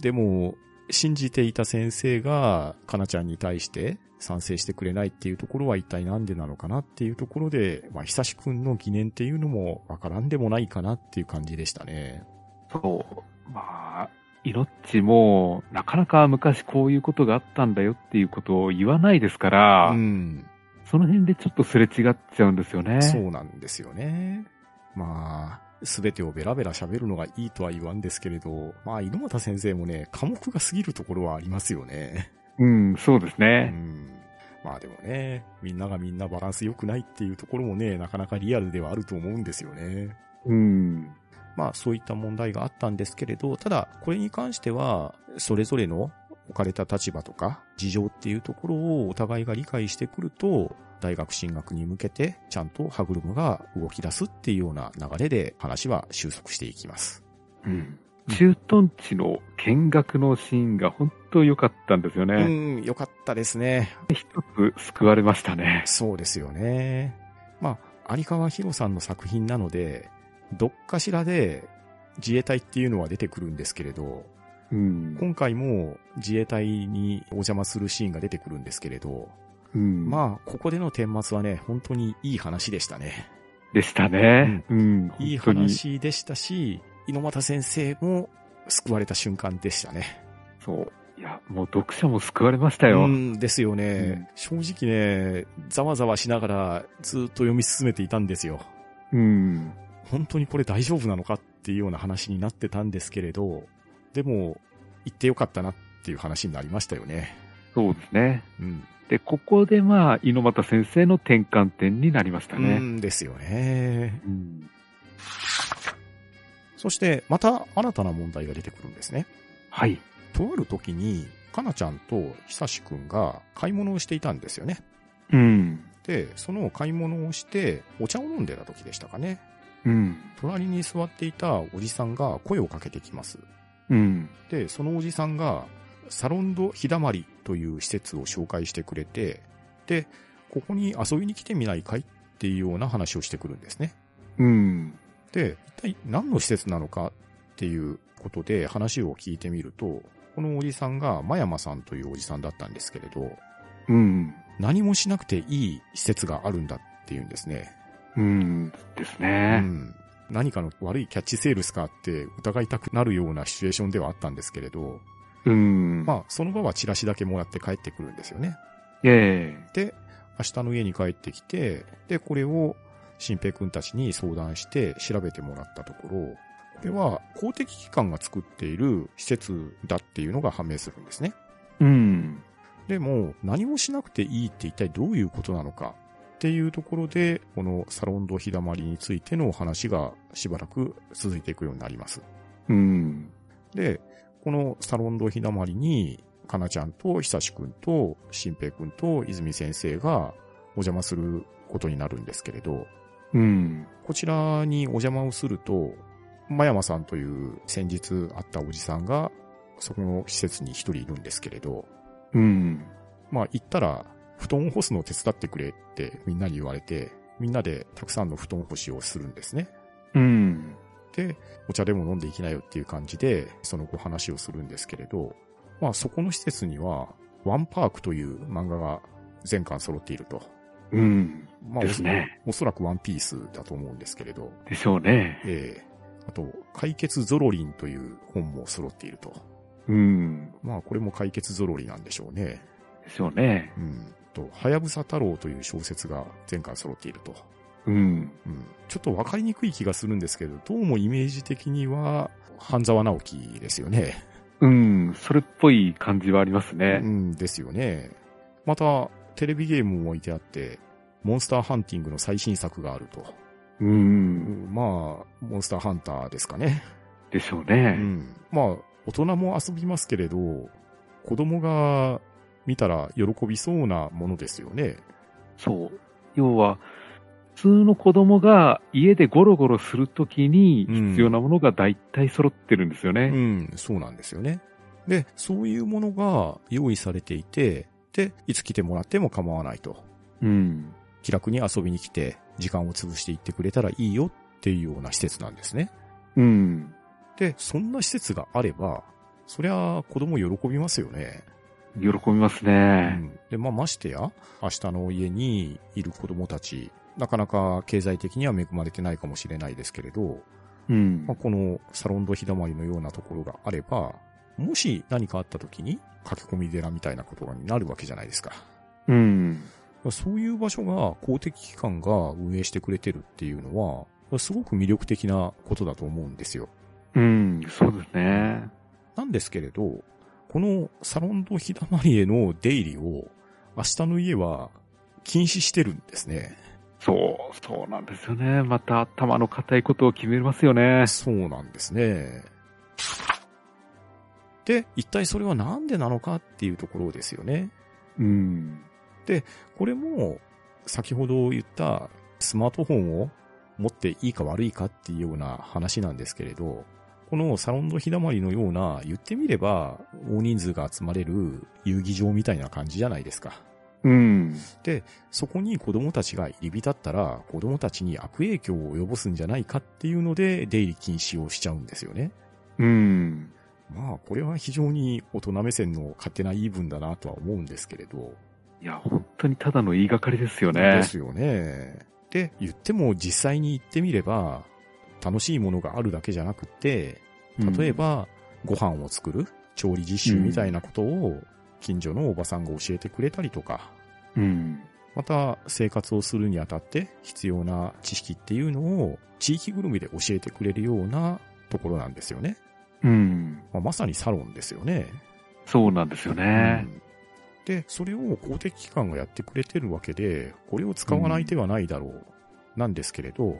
Speaker 1: でも、信じていた先生が、かなちゃんに対して賛成してくれないっていうところは一体なんでなのかなっていうところで、まあ、久しくんの疑念っていうのもわからんでもないかなっていう感じでしたね。
Speaker 2: そう。まあ、イノッチも、なかなか昔こういうことがあったんだよっていうことを言わないですから、
Speaker 1: うん。
Speaker 2: その辺でちょっとすれ違っちゃうんですよね。
Speaker 1: そうなんですよね。まあ、すべてをベラベラ喋るのがいいとは言わんですけれど、まあ、猪俣先生もね、科目が過ぎるところはありますよね。
Speaker 2: うん、そうです
Speaker 1: う
Speaker 2: ね。
Speaker 1: ん。まあでもね、みんながみんなバランス良くないっていうところもね、なかなかリアルではあると思うんですよね。
Speaker 2: うん。
Speaker 1: まあそういった問題があったんですけれど、ただこれに関しては、それぞれの置かれた立場とか事情っていうところをお互いが理解してくると、大学進学に向けてちゃんと歯車が動き出すっていうような流れで話は収束していきます。
Speaker 2: うん。駐屯地の見学のシーンが本当良かったんですよ
Speaker 1: う
Speaker 2: ね。
Speaker 1: ん、よかったですね。
Speaker 2: 救われましたね。
Speaker 1: そうですよね。まあ、有川博さんの作品なので、どっかしらで自衛隊っていうのは出てくるんですけれど、
Speaker 2: うん。
Speaker 1: 今回も自衛隊にお邪魔するシーンが出てくるんですけれど、
Speaker 2: うん、
Speaker 1: まあ、ここでの顛末はね、本当にいい話でしたね。
Speaker 2: でしたね。うん。
Speaker 1: いい
Speaker 2: 本当に。
Speaker 1: 話でしたし、猪俣先生も救われた瞬間でしたね。
Speaker 2: そう。いや、もう読者も救われましたよ。
Speaker 1: うん、ですよね。正直ね、ざわざわしながらずっと読み進めていたんですよ。
Speaker 2: うん。
Speaker 1: 本当にこれ大丈夫なのかっていうような話になってたんですけれど、でも、行ってよかったなっていう話になりましたよね。
Speaker 2: そうですね。
Speaker 1: うん。
Speaker 2: で、ここでまあ、猪俣先生の転換点になりました
Speaker 1: う
Speaker 2: ね。
Speaker 1: んですよね。
Speaker 2: うん。
Speaker 1: そして、また新たな問題が出てくるんですね。
Speaker 2: はい。
Speaker 1: とある時に、かなちゃんと久志くんが買い物をしていたんですよね。
Speaker 2: うん。
Speaker 1: で、その買い物をして、お茶を飲んでた時でしたかね。
Speaker 2: うん。
Speaker 1: 隣に座っていたおじさんが声をかけてきます。
Speaker 2: うん。
Speaker 1: で、そのおじさんが、サロンド日だまりという施設を紹介してくれて、で、ここに遊びに来てみないかいっていうような話をしてくるんですね。
Speaker 2: うん。
Speaker 1: で、一体何の施設なのかっていうことで話を聞いてみると、このおじさんが真山さんというおじさんだったんですけれど、
Speaker 2: うん。
Speaker 1: 何もしなくていい施設があるんだっていうんですね。
Speaker 2: うん。です
Speaker 1: う
Speaker 2: ね。
Speaker 1: ん。何かの悪いキャッチセールスかって疑いたくなるようなシチュエーションではあったんですけれど、
Speaker 2: うん。
Speaker 1: まあ、その場はチラシだけもらって帰ってくるんですよね。
Speaker 2: え
Speaker 1: で、明日の家に帰ってきて、で、これを新平くんたちに相談して調べてもらったところ、これは公的機関が作っている施設だっていうのが判明するんですね。
Speaker 2: うん。
Speaker 1: でも、何もしなくていいって一体どういうことなのかっていうところで、このサロンド日だまりについてのお話がしばらく続いていくようになります。
Speaker 2: うん。
Speaker 1: で、このサロンド日だまりに、かなちゃんと久志くんと新平くんと泉先生がお邪魔することになるんですけれど、
Speaker 2: うん。
Speaker 1: こちらにお邪魔をすると、真山さんという先日会ったおじさんが、そこの施設に一人いるんですけれど、
Speaker 2: うん。
Speaker 1: まあ行ったら、布団を干すのを手伝ってくれってみんなに言われて、みんなでたくさんの布団干しをするんですね。
Speaker 2: うん。
Speaker 1: で、お茶でも飲んでいきなよっていう感じで、その後話をするんですけれど、まあそこの施設には、ワンパークという漫画が全巻揃っていると。
Speaker 2: うん。
Speaker 1: まあ
Speaker 2: ですね
Speaker 1: おそらくワンピースだと思うんですけれど、
Speaker 2: でしょうね。
Speaker 1: ええあと、解決ゾロリンという本も揃っていると。
Speaker 2: うん。
Speaker 1: まあこれも解決ゾロリなんでしょうね。
Speaker 2: でしょうね。
Speaker 1: うん。と、はやぶさ太郎という小説が全巻揃っていると。
Speaker 2: うん。
Speaker 1: うん。ちょっとわかりにくい気がするんですけど、どうもイメージ的には、半沢直樹ですよね。
Speaker 2: うん。それっぽい感じはあります
Speaker 1: う
Speaker 2: ね。
Speaker 1: ん、ですよね。また、テレビゲームも置いてあって、モンスターハンティングの最新作があると。
Speaker 2: う。
Speaker 1: うんんまあ、モンスターハンターですかね。
Speaker 2: でしょう
Speaker 1: う
Speaker 2: ね。
Speaker 1: ん。まあ、大人も遊びますけれど、子供が見たら喜びそうなものですよね。
Speaker 2: そう。要は、普通の子供が家でゴロゴロするときに必要なものが大体揃ってるんですよ
Speaker 1: う
Speaker 2: ね。
Speaker 1: ん、そうなんですよね。で、そういうものが用意されていて、で、いつ来てもらっても構わないと。
Speaker 2: うん。
Speaker 1: 気楽に遊びに来て、時間を潰していってくれたらいいよっていうような施設なんですね。
Speaker 2: うん。
Speaker 1: で、そんな施設があれば、そりゃ子供喜びますよね。
Speaker 2: 喜びます
Speaker 1: う
Speaker 2: ね。
Speaker 1: ん。で、まあ、ましてや、明日の家にいる子供たち、なかなか経済的には恵まれてないかもしれないですけれど、
Speaker 2: うん
Speaker 1: まあ、。このサロンド日だまりのようなところがあれば、もし何かあった時に駆け込み寺みたいなことになるわけじゃないですか。
Speaker 2: うん。
Speaker 1: そういう場所が公的機関が運営してくれてるっていうのは、すごく魅力的なことだと思うんですよ。
Speaker 2: うん。そうですね。
Speaker 1: なんですけれど、このサロンド日だまりへの出入りを明日の家は禁止してるんですね。
Speaker 2: そう、そうなんですよね。また頭の固いことを決めますよね。
Speaker 1: そうなんですね。で、一体それはなんでなのかっていうところですよね。
Speaker 2: うん。
Speaker 1: これも、先ほど言ったスマートフォンを持っていいか悪いかっていうような話なんですけれど、このサロンの日だまりのような、言ってみれば、大人数が集まれる遊技場みたいな感じじゃないですか。
Speaker 2: うん。
Speaker 1: そこに子供たちが入り浸ったら、子供たちに悪影響を及ぼすんじゃないかっていうので、出入り禁止をしちゃうんですよね。
Speaker 2: うん。
Speaker 1: まあ、これは非常に大人目線の勝手な言い分だなとは思うんですけれど。
Speaker 2: いや、本当にただの言いがかりですよ
Speaker 1: で
Speaker 2: ね。
Speaker 1: すよね。で、言っても実際に行ってみれば、楽しいものがあるだけじゃなくて、例えば、ご飯を作る、調理実習みたいなことを、近所のおばさんが教えてくれたりとか、
Speaker 2: うん、
Speaker 1: また、生活をするにあたって必要な知識っていうのを、地域ぐるみで教えてくれるようなところなんですよね。
Speaker 2: うん。うん。
Speaker 1: まあまさにサロンですよね。
Speaker 2: そうなんですよね
Speaker 1: う。んで、それを公的機関がやってくれてるわけで、これを使わない手はないだろう、なんですけれど、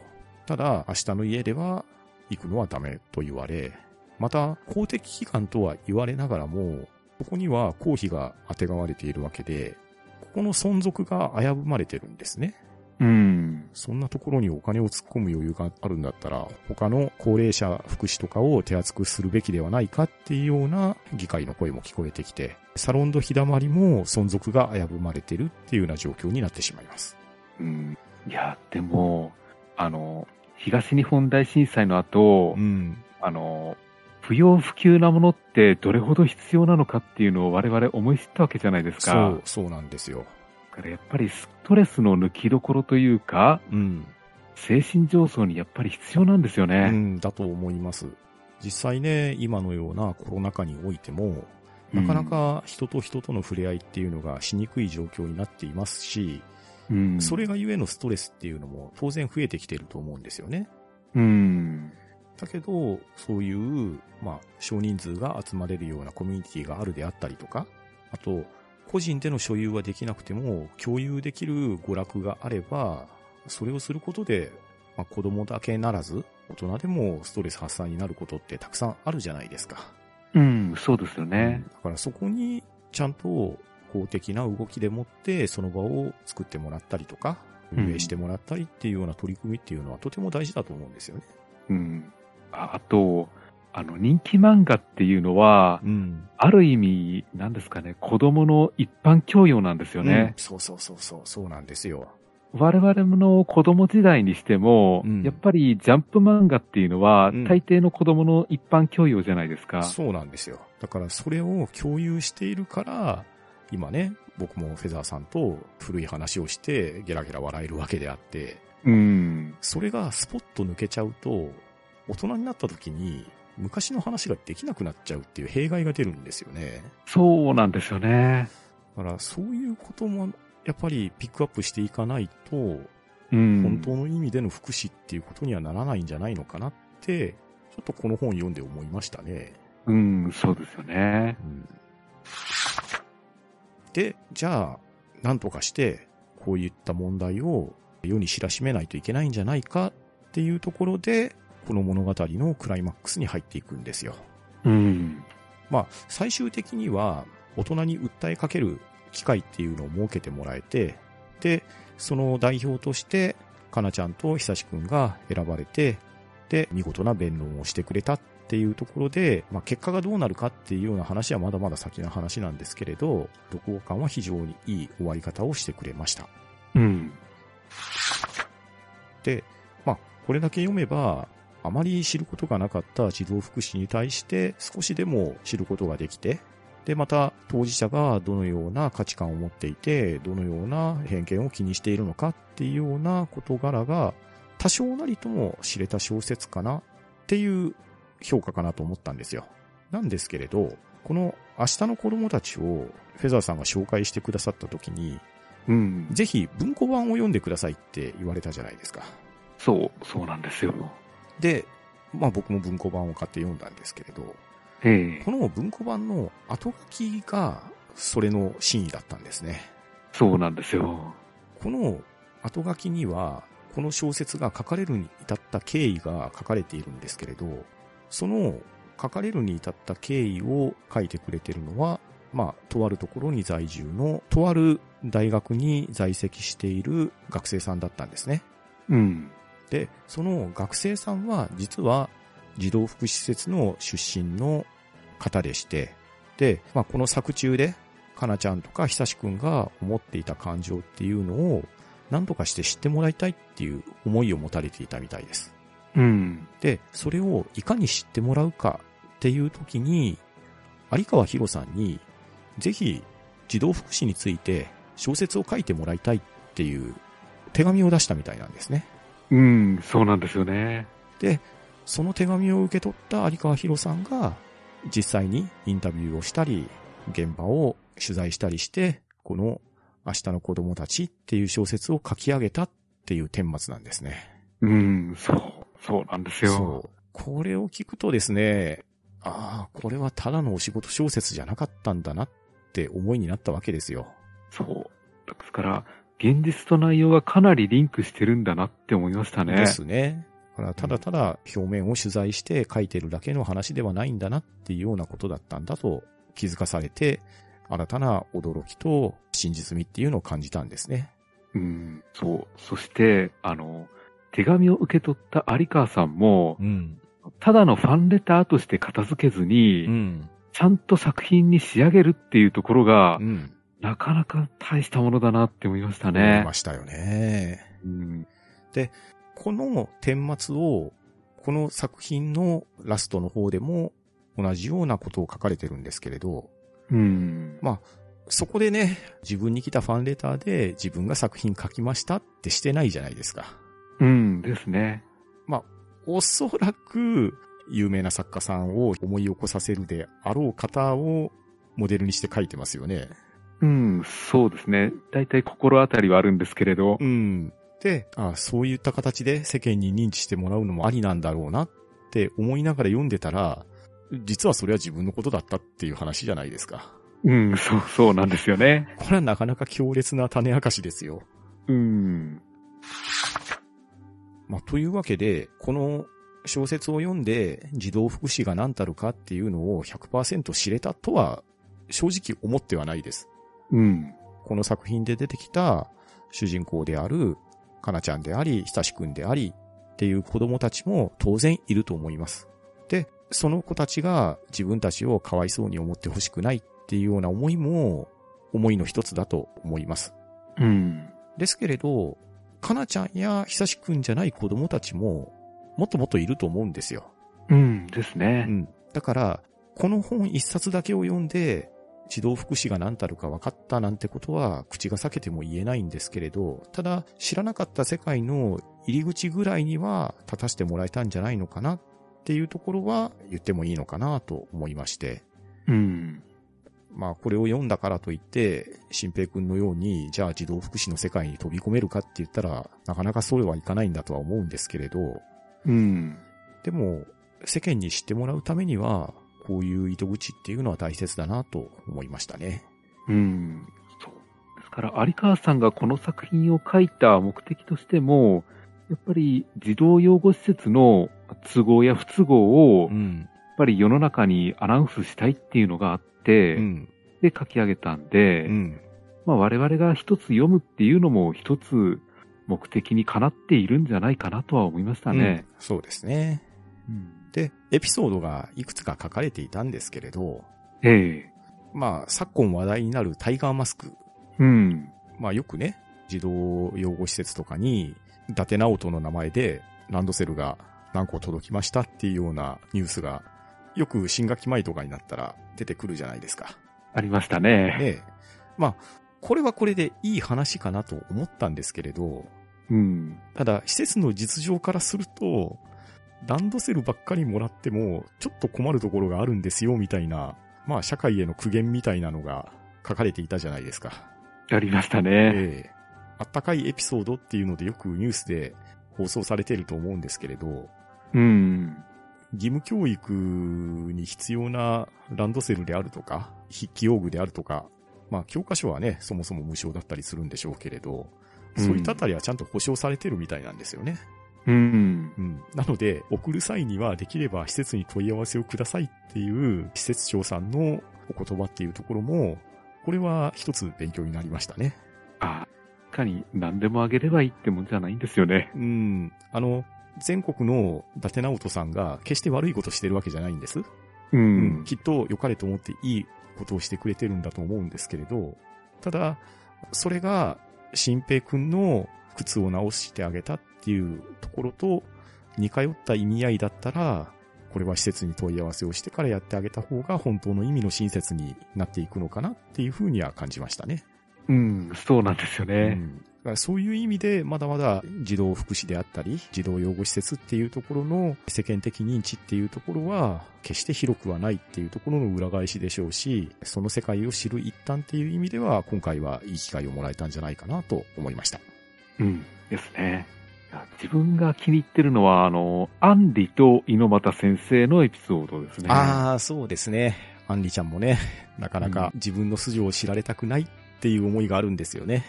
Speaker 1: ただ、明日の家では行くのはダメと言われ、また、公的機関とは言われながらも、ここには公費が当てがわれているわけで、ここの存続が危ぶまれてるんですね。
Speaker 2: うん。
Speaker 1: そんなところにお金を突っ込む余裕があるんだったら、他の高齢者福祉とかを手厚くするべきではないかっていうような議会の声も聞こえてきて、サロンド日だまりも存続が危ぶまれてるっていうような状況になってしまいます。
Speaker 2: うん。いや、でも、あの、東日本大震災の後、
Speaker 1: ん。
Speaker 2: あの、不要不急なものってどれほど必要なのかっていうのを我々思い知ったわけじゃないですか。
Speaker 1: そう、そうなんですよ。
Speaker 2: だからやっぱりストレスの抜きどころというか、
Speaker 1: うん。
Speaker 2: 精神上層にやっぱり必要なんですよ
Speaker 1: う
Speaker 2: ね。
Speaker 1: ん、だと思います。実際ね、今のようなコロナ禍においても、なかなか人と人との触れ合いっていうのがしにくい状況になっていますし、
Speaker 2: うん、
Speaker 1: それがゆえのストレスっていうのも当然増えてきていると思うんですよね。
Speaker 2: うん。
Speaker 1: だけど、そういう、まあ、少人数が集まれるようなコミュニティがあるであったりとか、あと、個人での所有はできなくても、共有できる娯楽があれば、それをすることで、まあ、子供だけならず、大人でもストレス発散になることってたくさんあるじゃないですか。
Speaker 2: うん、そうですよね
Speaker 1: うん。だからそこにちゃんと公的な動きでもってその場を作ってもらったりとか、
Speaker 2: うん
Speaker 1: 運営してもらったりっていうような取り組みっていうのはとても大事だと思うんですよね。
Speaker 2: うん。ああと、あの、人気漫画っていうのは、
Speaker 1: うん。
Speaker 2: ある意味、なんですかね、子供の一般教養なんですよね。
Speaker 1: そうそうそうそう、そうなんですよ。
Speaker 2: 我々の子供時代にしても、
Speaker 1: うん
Speaker 2: やっぱりジャンプ漫画っていうのは、
Speaker 1: うん
Speaker 2: 大抵の子供の一般教養じゃないですか。
Speaker 1: そうなんですよ。だからそれを共有しているから、今ね、僕もフェザーさんと古い話をしてゲラゲラ笑えるわけであって、
Speaker 2: うん。
Speaker 1: それがスポッと抜けちゃうと、大人になった時に昔の話ができなくなっちゃうっていう弊害が出るんですよね。
Speaker 2: そうなんですよね。
Speaker 1: だからそういうこともやっぱりピックアップしていかないと、
Speaker 2: うん。
Speaker 1: 本当の意味での福祉っていうことにはならないんじゃないのかなって、ちょっとこの本読んで思いましたね。
Speaker 2: うん、そうですよね。
Speaker 1: で、じゃあ、なんとかして、こういった問題を世に知らしめないといけないんじゃないかっていうところで、この物語のクライマックスに入っていくんですよ。
Speaker 2: うん。
Speaker 1: まあ、最終的には、大人に訴えかける機会っていうのを設けてもらえて、で、その代表として、かなちゃんと久志くんが選ばれて、で、見事な弁論をしてくれたっていうところで、まあ、結果がどうなるかっていうような話はまだまだ先の話なんですけれど、読後感は非常にいい終わり方をしてくれました。
Speaker 2: うん。
Speaker 1: で、まあ、これだけ読めば、あまり知ることがなかった児童福祉に対して少しでも知ることができて、で、また当事者がどのような価値観を持っていて、どのような偏見を気にしているのかっていうような事柄が多少なりとも知れた小説かなっていう評価かなと思ったんですよ。なんですけれど、この明日の子供たちをフェザーさんが紹介してくださった時に、
Speaker 2: うん。
Speaker 1: ぜひ文庫版を読んでくださいって言われたじゃないですか。
Speaker 2: そう、そうなんですよ。
Speaker 1: で、まあ僕も文庫版を買って読んだんですけれど、
Speaker 2: ええ
Speaker 1: この文庫版の後書きがそれの真意だったんですね。
Speaker 2: そうなんですよ。
Speaker 1: この後書きには、この小説が書かれるに至った経緯が書かれているんですけれど、その書かれるに至った経緯を書いてくれているのは、まあ、とあるところに在住の、とある大学に在籍している学生さんだったんですね。
Speaker 2: うん。
Speaker 1: で、その学生さんは実は児童福祉施設の出身の方でして、で、まあ、この作中で、かなちゃんとかひさしくんが思っていた感情っていうのを、何とかして知ってもらいたいっていう思いを持たれていたみたいです。
Speaker 2: うん。
Speaker 1: で、それをいかに知ってもらうかっていう時に、有川博さんに、ぜひ児童福祉について小説を書いてもらいたいっていう手紙を出したみたいなんですね。
Speaker 2: うん、そうなんですよね。
Speaker 1: で、その手紙を受け取った有川博さんが、実際にインタビューをしたり、現場を取材したりして、この明日の子供たちっていう小説を書き上げたっていう顛末なんですね。
Speaker 2: うん、そう、そうなんですよ
Speaker 1: う。。これを聞くとですね、ああ、これはただのお仕事小説じゃなかったんだなって思いになったわけですよ。
Speaker 2: そう。ですから、現実と内容がかなりリンクしてるんだなって思いましたね。
Speaker 1: ですね。だからただただ表面を取材して書いてるだけの話ではないんだなっていうようなことだったんだと気づかされて、新たな驚きと真実味っていうのを感じたんですね。
Speaker 2: うん、そう。そして、あの、手紙を受け取った有川さんも、
Speaker 1: ん。
Speaker 2: ただのファンレターとして片付けずに、
Speaker 1: うん。
Speaker 2: ちゃんと作品に仕上げるっていうところが、
Speaker 1: うん。
Speaker 2: なかなか大したものだなって思いました
Speaker 1: 思い
Speaker 2: ね
Speaker 1: ま。したよね。
Speaker 2: うん、
Speaker 1: この顛末を、この作品のラストの方でも同じようなことを書かれてるんですけれど、
Speaker 2: うん、
Speaker 1: まあ、そこでね、自分に来たファンレターで自分が作品書きましたってしてないじゃないですか。
Speaker 2: うんですね。
Speaker 1: おそらく、有名な作家さんを思い起こさせるであろう方をモデルにして書いてますよね。
Speaker 2: うん、そうですね。だいたい心当たりはあるんですけれど
Speaker 1: う。ん。で、あそういった形で世間に認知してもらうのもありなんだろうなっって思いながら読んでたら、実はそれは自分のことだったっていう話じゃないですか。
Speaker 2: うん、そう、そうなんですよね。
Speaker 1: これはなかなか強烈な種明かしですよ。
Speaker 2: うん。
Speaker 1: まあ、というわけで、この小説を読んで児童福祉が何たるかっていうのを100%知れたとは正直思ってはないです。
Speaker 2: うん。
Speaker 1: この作品で出てきた主人公であるかなちゃんであり、ひたしくんでありっていう子供たちも当然いると思います。で、その子たちが自分たちをかわいそうに思ってほしくないっていうような思いも思いの一つだと思います。
Speaker 2: うん。
Speaker 1: ですけれど、かなちゃんやひさしくんじゃない子供たちも、もっともっといると思うんですよ。
Speaker 2: うんです
Speaker 1: う
Speaker 2: ね。
Speaker 1: ん。だから、この本一冊だけを読んで、児童福祉が何たるか分かったなんてことは口が裂けても言えないんですけれど、ただ知らなかった世界の入り口ぐらいには立たせてもらえたんじゃないのかなっていうところは言ってもいいのかなと思いまして。
Speaker 2: うん。
Speaker 1: まあこれを読んだからといって、新平くんのように、じゃあ児童福祉の世界に飛び込めるかって言ったら、なかなかそれはいかないんだとは思うんですけれど、
Speaker 2: うん。
Speaker 1: でも、世間に知ってもらうためには、こういう糸口っていうのは大切だなと思いましたね。
Speaker 2: うん。そう。ですから、有川さんがこの作品を書いた目的としても、やっぱり児童養護施設の都合や不都合を、やっ
Speaker 1: ん。
Speaker 2: ぱり世の中にアナウンスしたいっていうのがあって、
Speaker 1: うん。
Speaker 2: で書き上げたんで、
Speaker 1: うん。
Speaker 2: まあ我々が一つ読むっていうのも一つ目的にかなっているんじゃないかなとは思いましたね。
Speaker 1: うんそうですね。
Speaker 2: うん
Speaker 1: で、エピソードがいくつか書かれていたんですけれど、
Speaker 2: ええ
Speaker 1: まあ、昨今話題になるタイガーマスク
Speaker 2: うん。
Speaker 1: まあよくね、児童養護施設とかに、伊達直人の名前でランドセルが何個届きましたっていうようなニュースが、よく新学期前とかになったら出てくるじゃないですか。
Speaker 2: ありました
Speaker 1: ね
Speaker 2: ね。
Speaker 1: え。まあ、これはこれでいい話かなと思ったんですけれど、
Speaker 2: うん。
Speaker 1: ただ施設の実情からすると、ランドセルばっかりもらっても、ちょっと困るところがあるんですよ、みたいな、まあ社会への苦言みたいなのが書かれていたじゃないですか。
Speaker 2: ありましたね。
Speaker 1: ええあったかいエピソードっていうのでよくニュースで放送されてると思うんですけれど、
Speaker 2: うん。
Speaker 1: 義務教育に必要なランドセルであるとか、筆記用具であるとか、まあ教科書はね、そもそも無償だったりするんでしょうけれど、
Speaker 2: うん
Speaker 1: そういったあたりはちゃんと保証されてるみたいなんですよね。
Speaker 2: うん。
Speaker 1: うん。なので、送る際にはできれば施設に問い合わせをくださいっていう施設長さんのお言葉っていうところも、これは一つ勉強になりましたね。
Speaker 2: あ、確かに何でもあげればいいってもんじゃないんですよね。
Speaker 1: うん。あの、全国の伊達直人さんが決して悪いことしてるわけじゃないんです。
Speaker 2: う。
Speaker 1: うんきっと良かれと思っていいことをしてくれてるんだと思うんですけれど、ただ、それが、新平くんの靴を直してあげたっていうところと、似通った意味合いだったら、これは施設に問い合わせをしてからやってあげた方が本当の意味の親切になっていくのかなっていうふうには感じましたね。
Speaker 2: うん、そうなんですよ
Speaker 1: う
Speaker 2: ね。
Speaker 1: んだからそういう意味で、まだまだ児童福祉であったり、児童養護施設っていうところの世間的認知っていうところは、決して広くはないっていうところの裏返しでしょうし、その世界を知る一端っていう意味では、今回はいい機会をもらえたんじゃないかなと思いました。
Speaker 2: うん、ですね。いや自分が気に入ってるのは、あの、アンリと猪俣先生のエピソードですね。
Speaker 1: ああ、そうですね。アンリちゃんもね、なかなか自分の筋を知られたくないっていう思いがあるんですよね。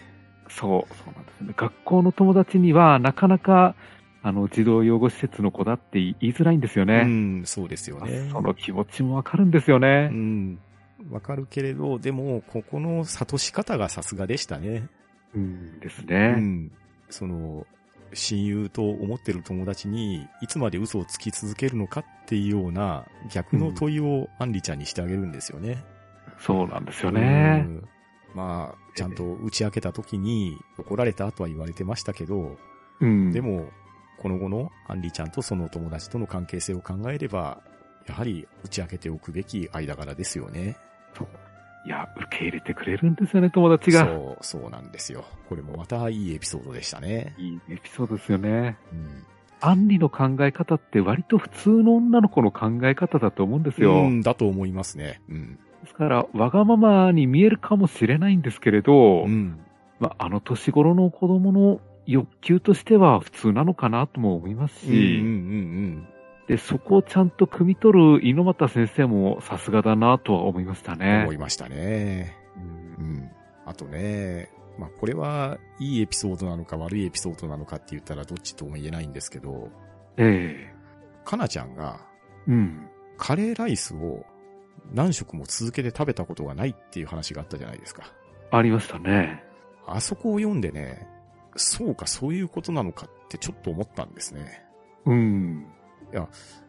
Speaker 2: そう、そうなんですよね。学校の友達には、なかなか、あの、児童養護施設の子だって言いづらいんですよ
Speaker 1: う
Speaker 2: ね。
Speaker 1: ん、そうですよね。
Speaker 2: その気持ちもわかるんですよね
Speaker 1: う。ん。わかるけれど、でも、ここの諭し方がさすがでしたね。
Speaker 2: うん、です
Speaker 1: う
Speaker 2: ね。
Speaker 1: ん。その、親友と思ってる友達に、いつまで嘘をつき続けるのかっていうような、逆の問いをアンリちゃんにしてあげるんですよね。
Speaker 2: そうなんですよね
Speaker 1: う。んまあ、ちゃんと打ち明けた時に、怒られたとは言われてましたけど、
Speaker 2: うん。
Speaker 1: でも、この後のアンリちゃんとその友達との関係性を考えれば、やはり打ち明けておくべき間柄ですよね。
Speaker 2: そう、いや、受け入れてくれるんですよね、友達が。
Speaker 1: そう、そうなんですよ。これもまたいいエピソードでしたね。
Speaker 2: いいエピソードですよね。
Speaker 1: うん。
Speaker 2: アンリの考え方って割と普通の女の子の考え方だと思うんですよ。
Speaker 1: うんだと思いますね。うん。
Speaker 2: ですから、わがままに見えるかもしれないんですけれど、
Speaker 1: うん。
Speaker 2: まあ、あの年頃の子供の欲求としては普通なのかなとも思います
Speaker 1: うんうんうん
Speaker 2: し、で、そこをちゃんと汲み取る猪俣先生もさすがだなとは思いましたね
Speaker 1: 思。いましたね。
Speaker 2: うん
Speaker 1: うん。あとね、まあこれはいいエピソードなのか悪いエピソードなのかって言ったらどっちとも言えないんですけど、
Speaker 2: え
Speaker 1: かなちゃんが
Speaker 2: えうん。
Speaker 1: カレーライスを何食も続けて食べたことがないっていう話があったじゃないですか。
Speaker 2: ありましたね。
Speaker 1: あそこを読んでね、そうかそういうことなのかってちょっと思ったんですね。
Speaker 2: うん。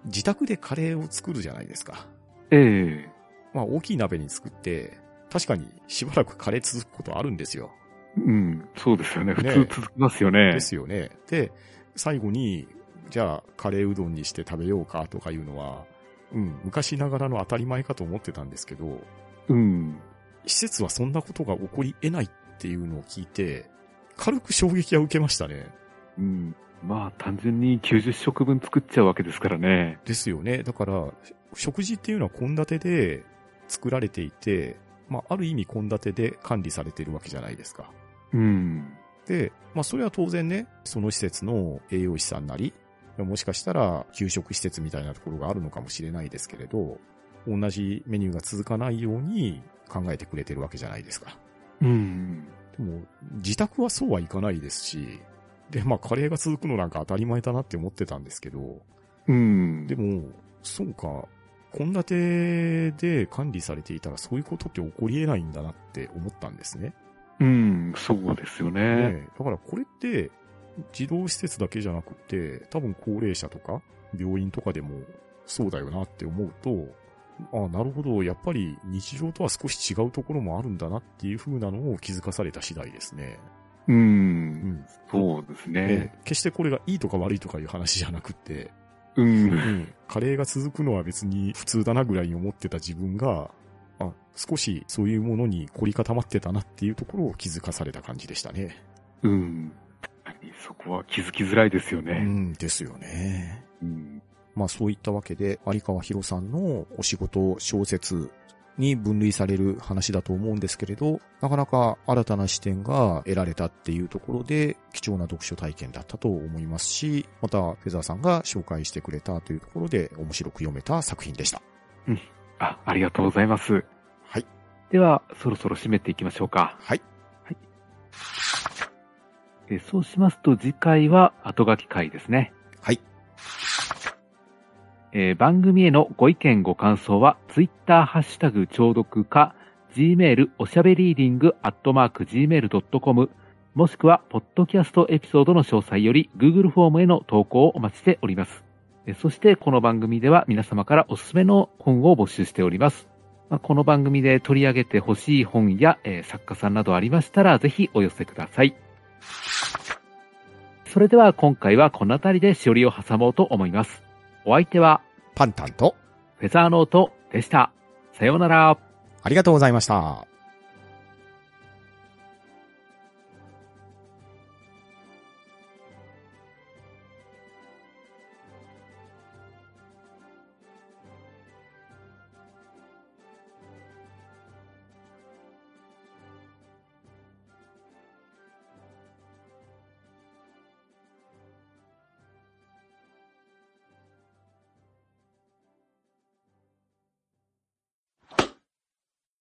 Speaker 1: 自宅でカレーを作るじゃないですか。
Speaker 2: ええ
Speaker 1: まあ大きい鍋に作って、確かにしばらくカレー続くことあるんですよ。
Speaker 2: うん。そうですよね。普
Speaker 1: ねえ
Speaker 2: 通続きますよね。
Speaker 1: ですよね。で、最後に、じゃあカレーうどんにして食べようかとかいうのは、うん、昔ながらの当たり前かと思ってたんですけど、
Speaker 2: うん。
Speaker 1: 施設はそんなことが起こり得ないっていうのを聞いて、軽く衝撃は受けましたね。
Speaker 2: うん。まあ、単純に90食分作っちゃうわけですからね。
Speaker 1: ですよね。だから、食事っていうのは献立で作られていて、まあ、ある意味献立で管理されているわけじゃないですか。
Speaker 2: うん。
Speaker 1: で、まあ、それは当然ね、その施設の栄養士さんなり、もしかしたら、給食施設みたいなところがあるのかもしれないですけれど、同じメニューが続かないように考えてくれてるわけじゃないですか。
Speaker 2: うん。
Speaker 1: でも、自宅はそうはいかないですし、で、まあ、カレーが続くのなんか当たり前だなって思ってたんですけど、
Speaker 2: うん。
Speaker 1: でも、そうか、献立で管理されていたらそういうことって起こり得ないんだなって思ったんですね。
Speaker 2: うん。そうですよね。
Speaker 1: ねだからこれって、児童施設だけじゃなくて、多分高齢者とか、病院とかでもそうだよなって思うと、ああ、なるほど、やっぱり日常とは少し違うところもあるんだなっていう風なのを気づかされた次第ですね。
Speaker 2: う。
Speaker 1: うんん。
Speaker 2: そうですね
Speaker 1: ね。決してこれがいいとか悪いとかいう話じゃなくって、
Speaker 2: うん。
Speaker 1: カレーが続くのは別に普通だなぐらいに思ってた自分が、あ、少しそういうものに凝り固まってたなっていうところを気づかされた感じでしたね。
Speaker 2: うん。確かにそこは気づきづらいですよ
Speaker 1: う
Speaker 2: ね。
Speaker 1: ん、ですよね。
Speaker 2: うん。
Speaker 1: まあそういったわけで、有川博さんのお仕事、小説に分類される話だと思うんですけれど、なかなか新たな視点が得られたっていうところで、貴重な読書体験だったと思いますし、またフェザーさんが紹介してくれたというところで面白く読めた作品でした。
Speaker 2: あ、ありがとうございます。
Speaker 1: はい。
Speaker 2: では、そろそろ締めていきましょうか。
Speaker 1: はい。
Speaker 2: えそうしますと、次回は後書き会ですね。
Speaker 1: はい。
Speaker 2: えー番組へのご意見ご感想は、ツイッターハッシュタグ聴読か、gmail おしゃべりーディングアットマーク gmail.com、もしくは、ポッドキャストエピソードの詳細より、Google フォームへの投稿をお待ちしております。えーそして、この番組では皆様からおすすめの本を募集しております。まあこの番組で取り上げてほしい本や、えー作家さんなどありましたら、ぜひお寄せください。それでは今回はこの辺りでしおりを挟もうと思います。お相手は
Speaker 1: パンタンと、
Speaker 2: フェザーノートでした。さようなら。
Speaker 1: ありがとうございました。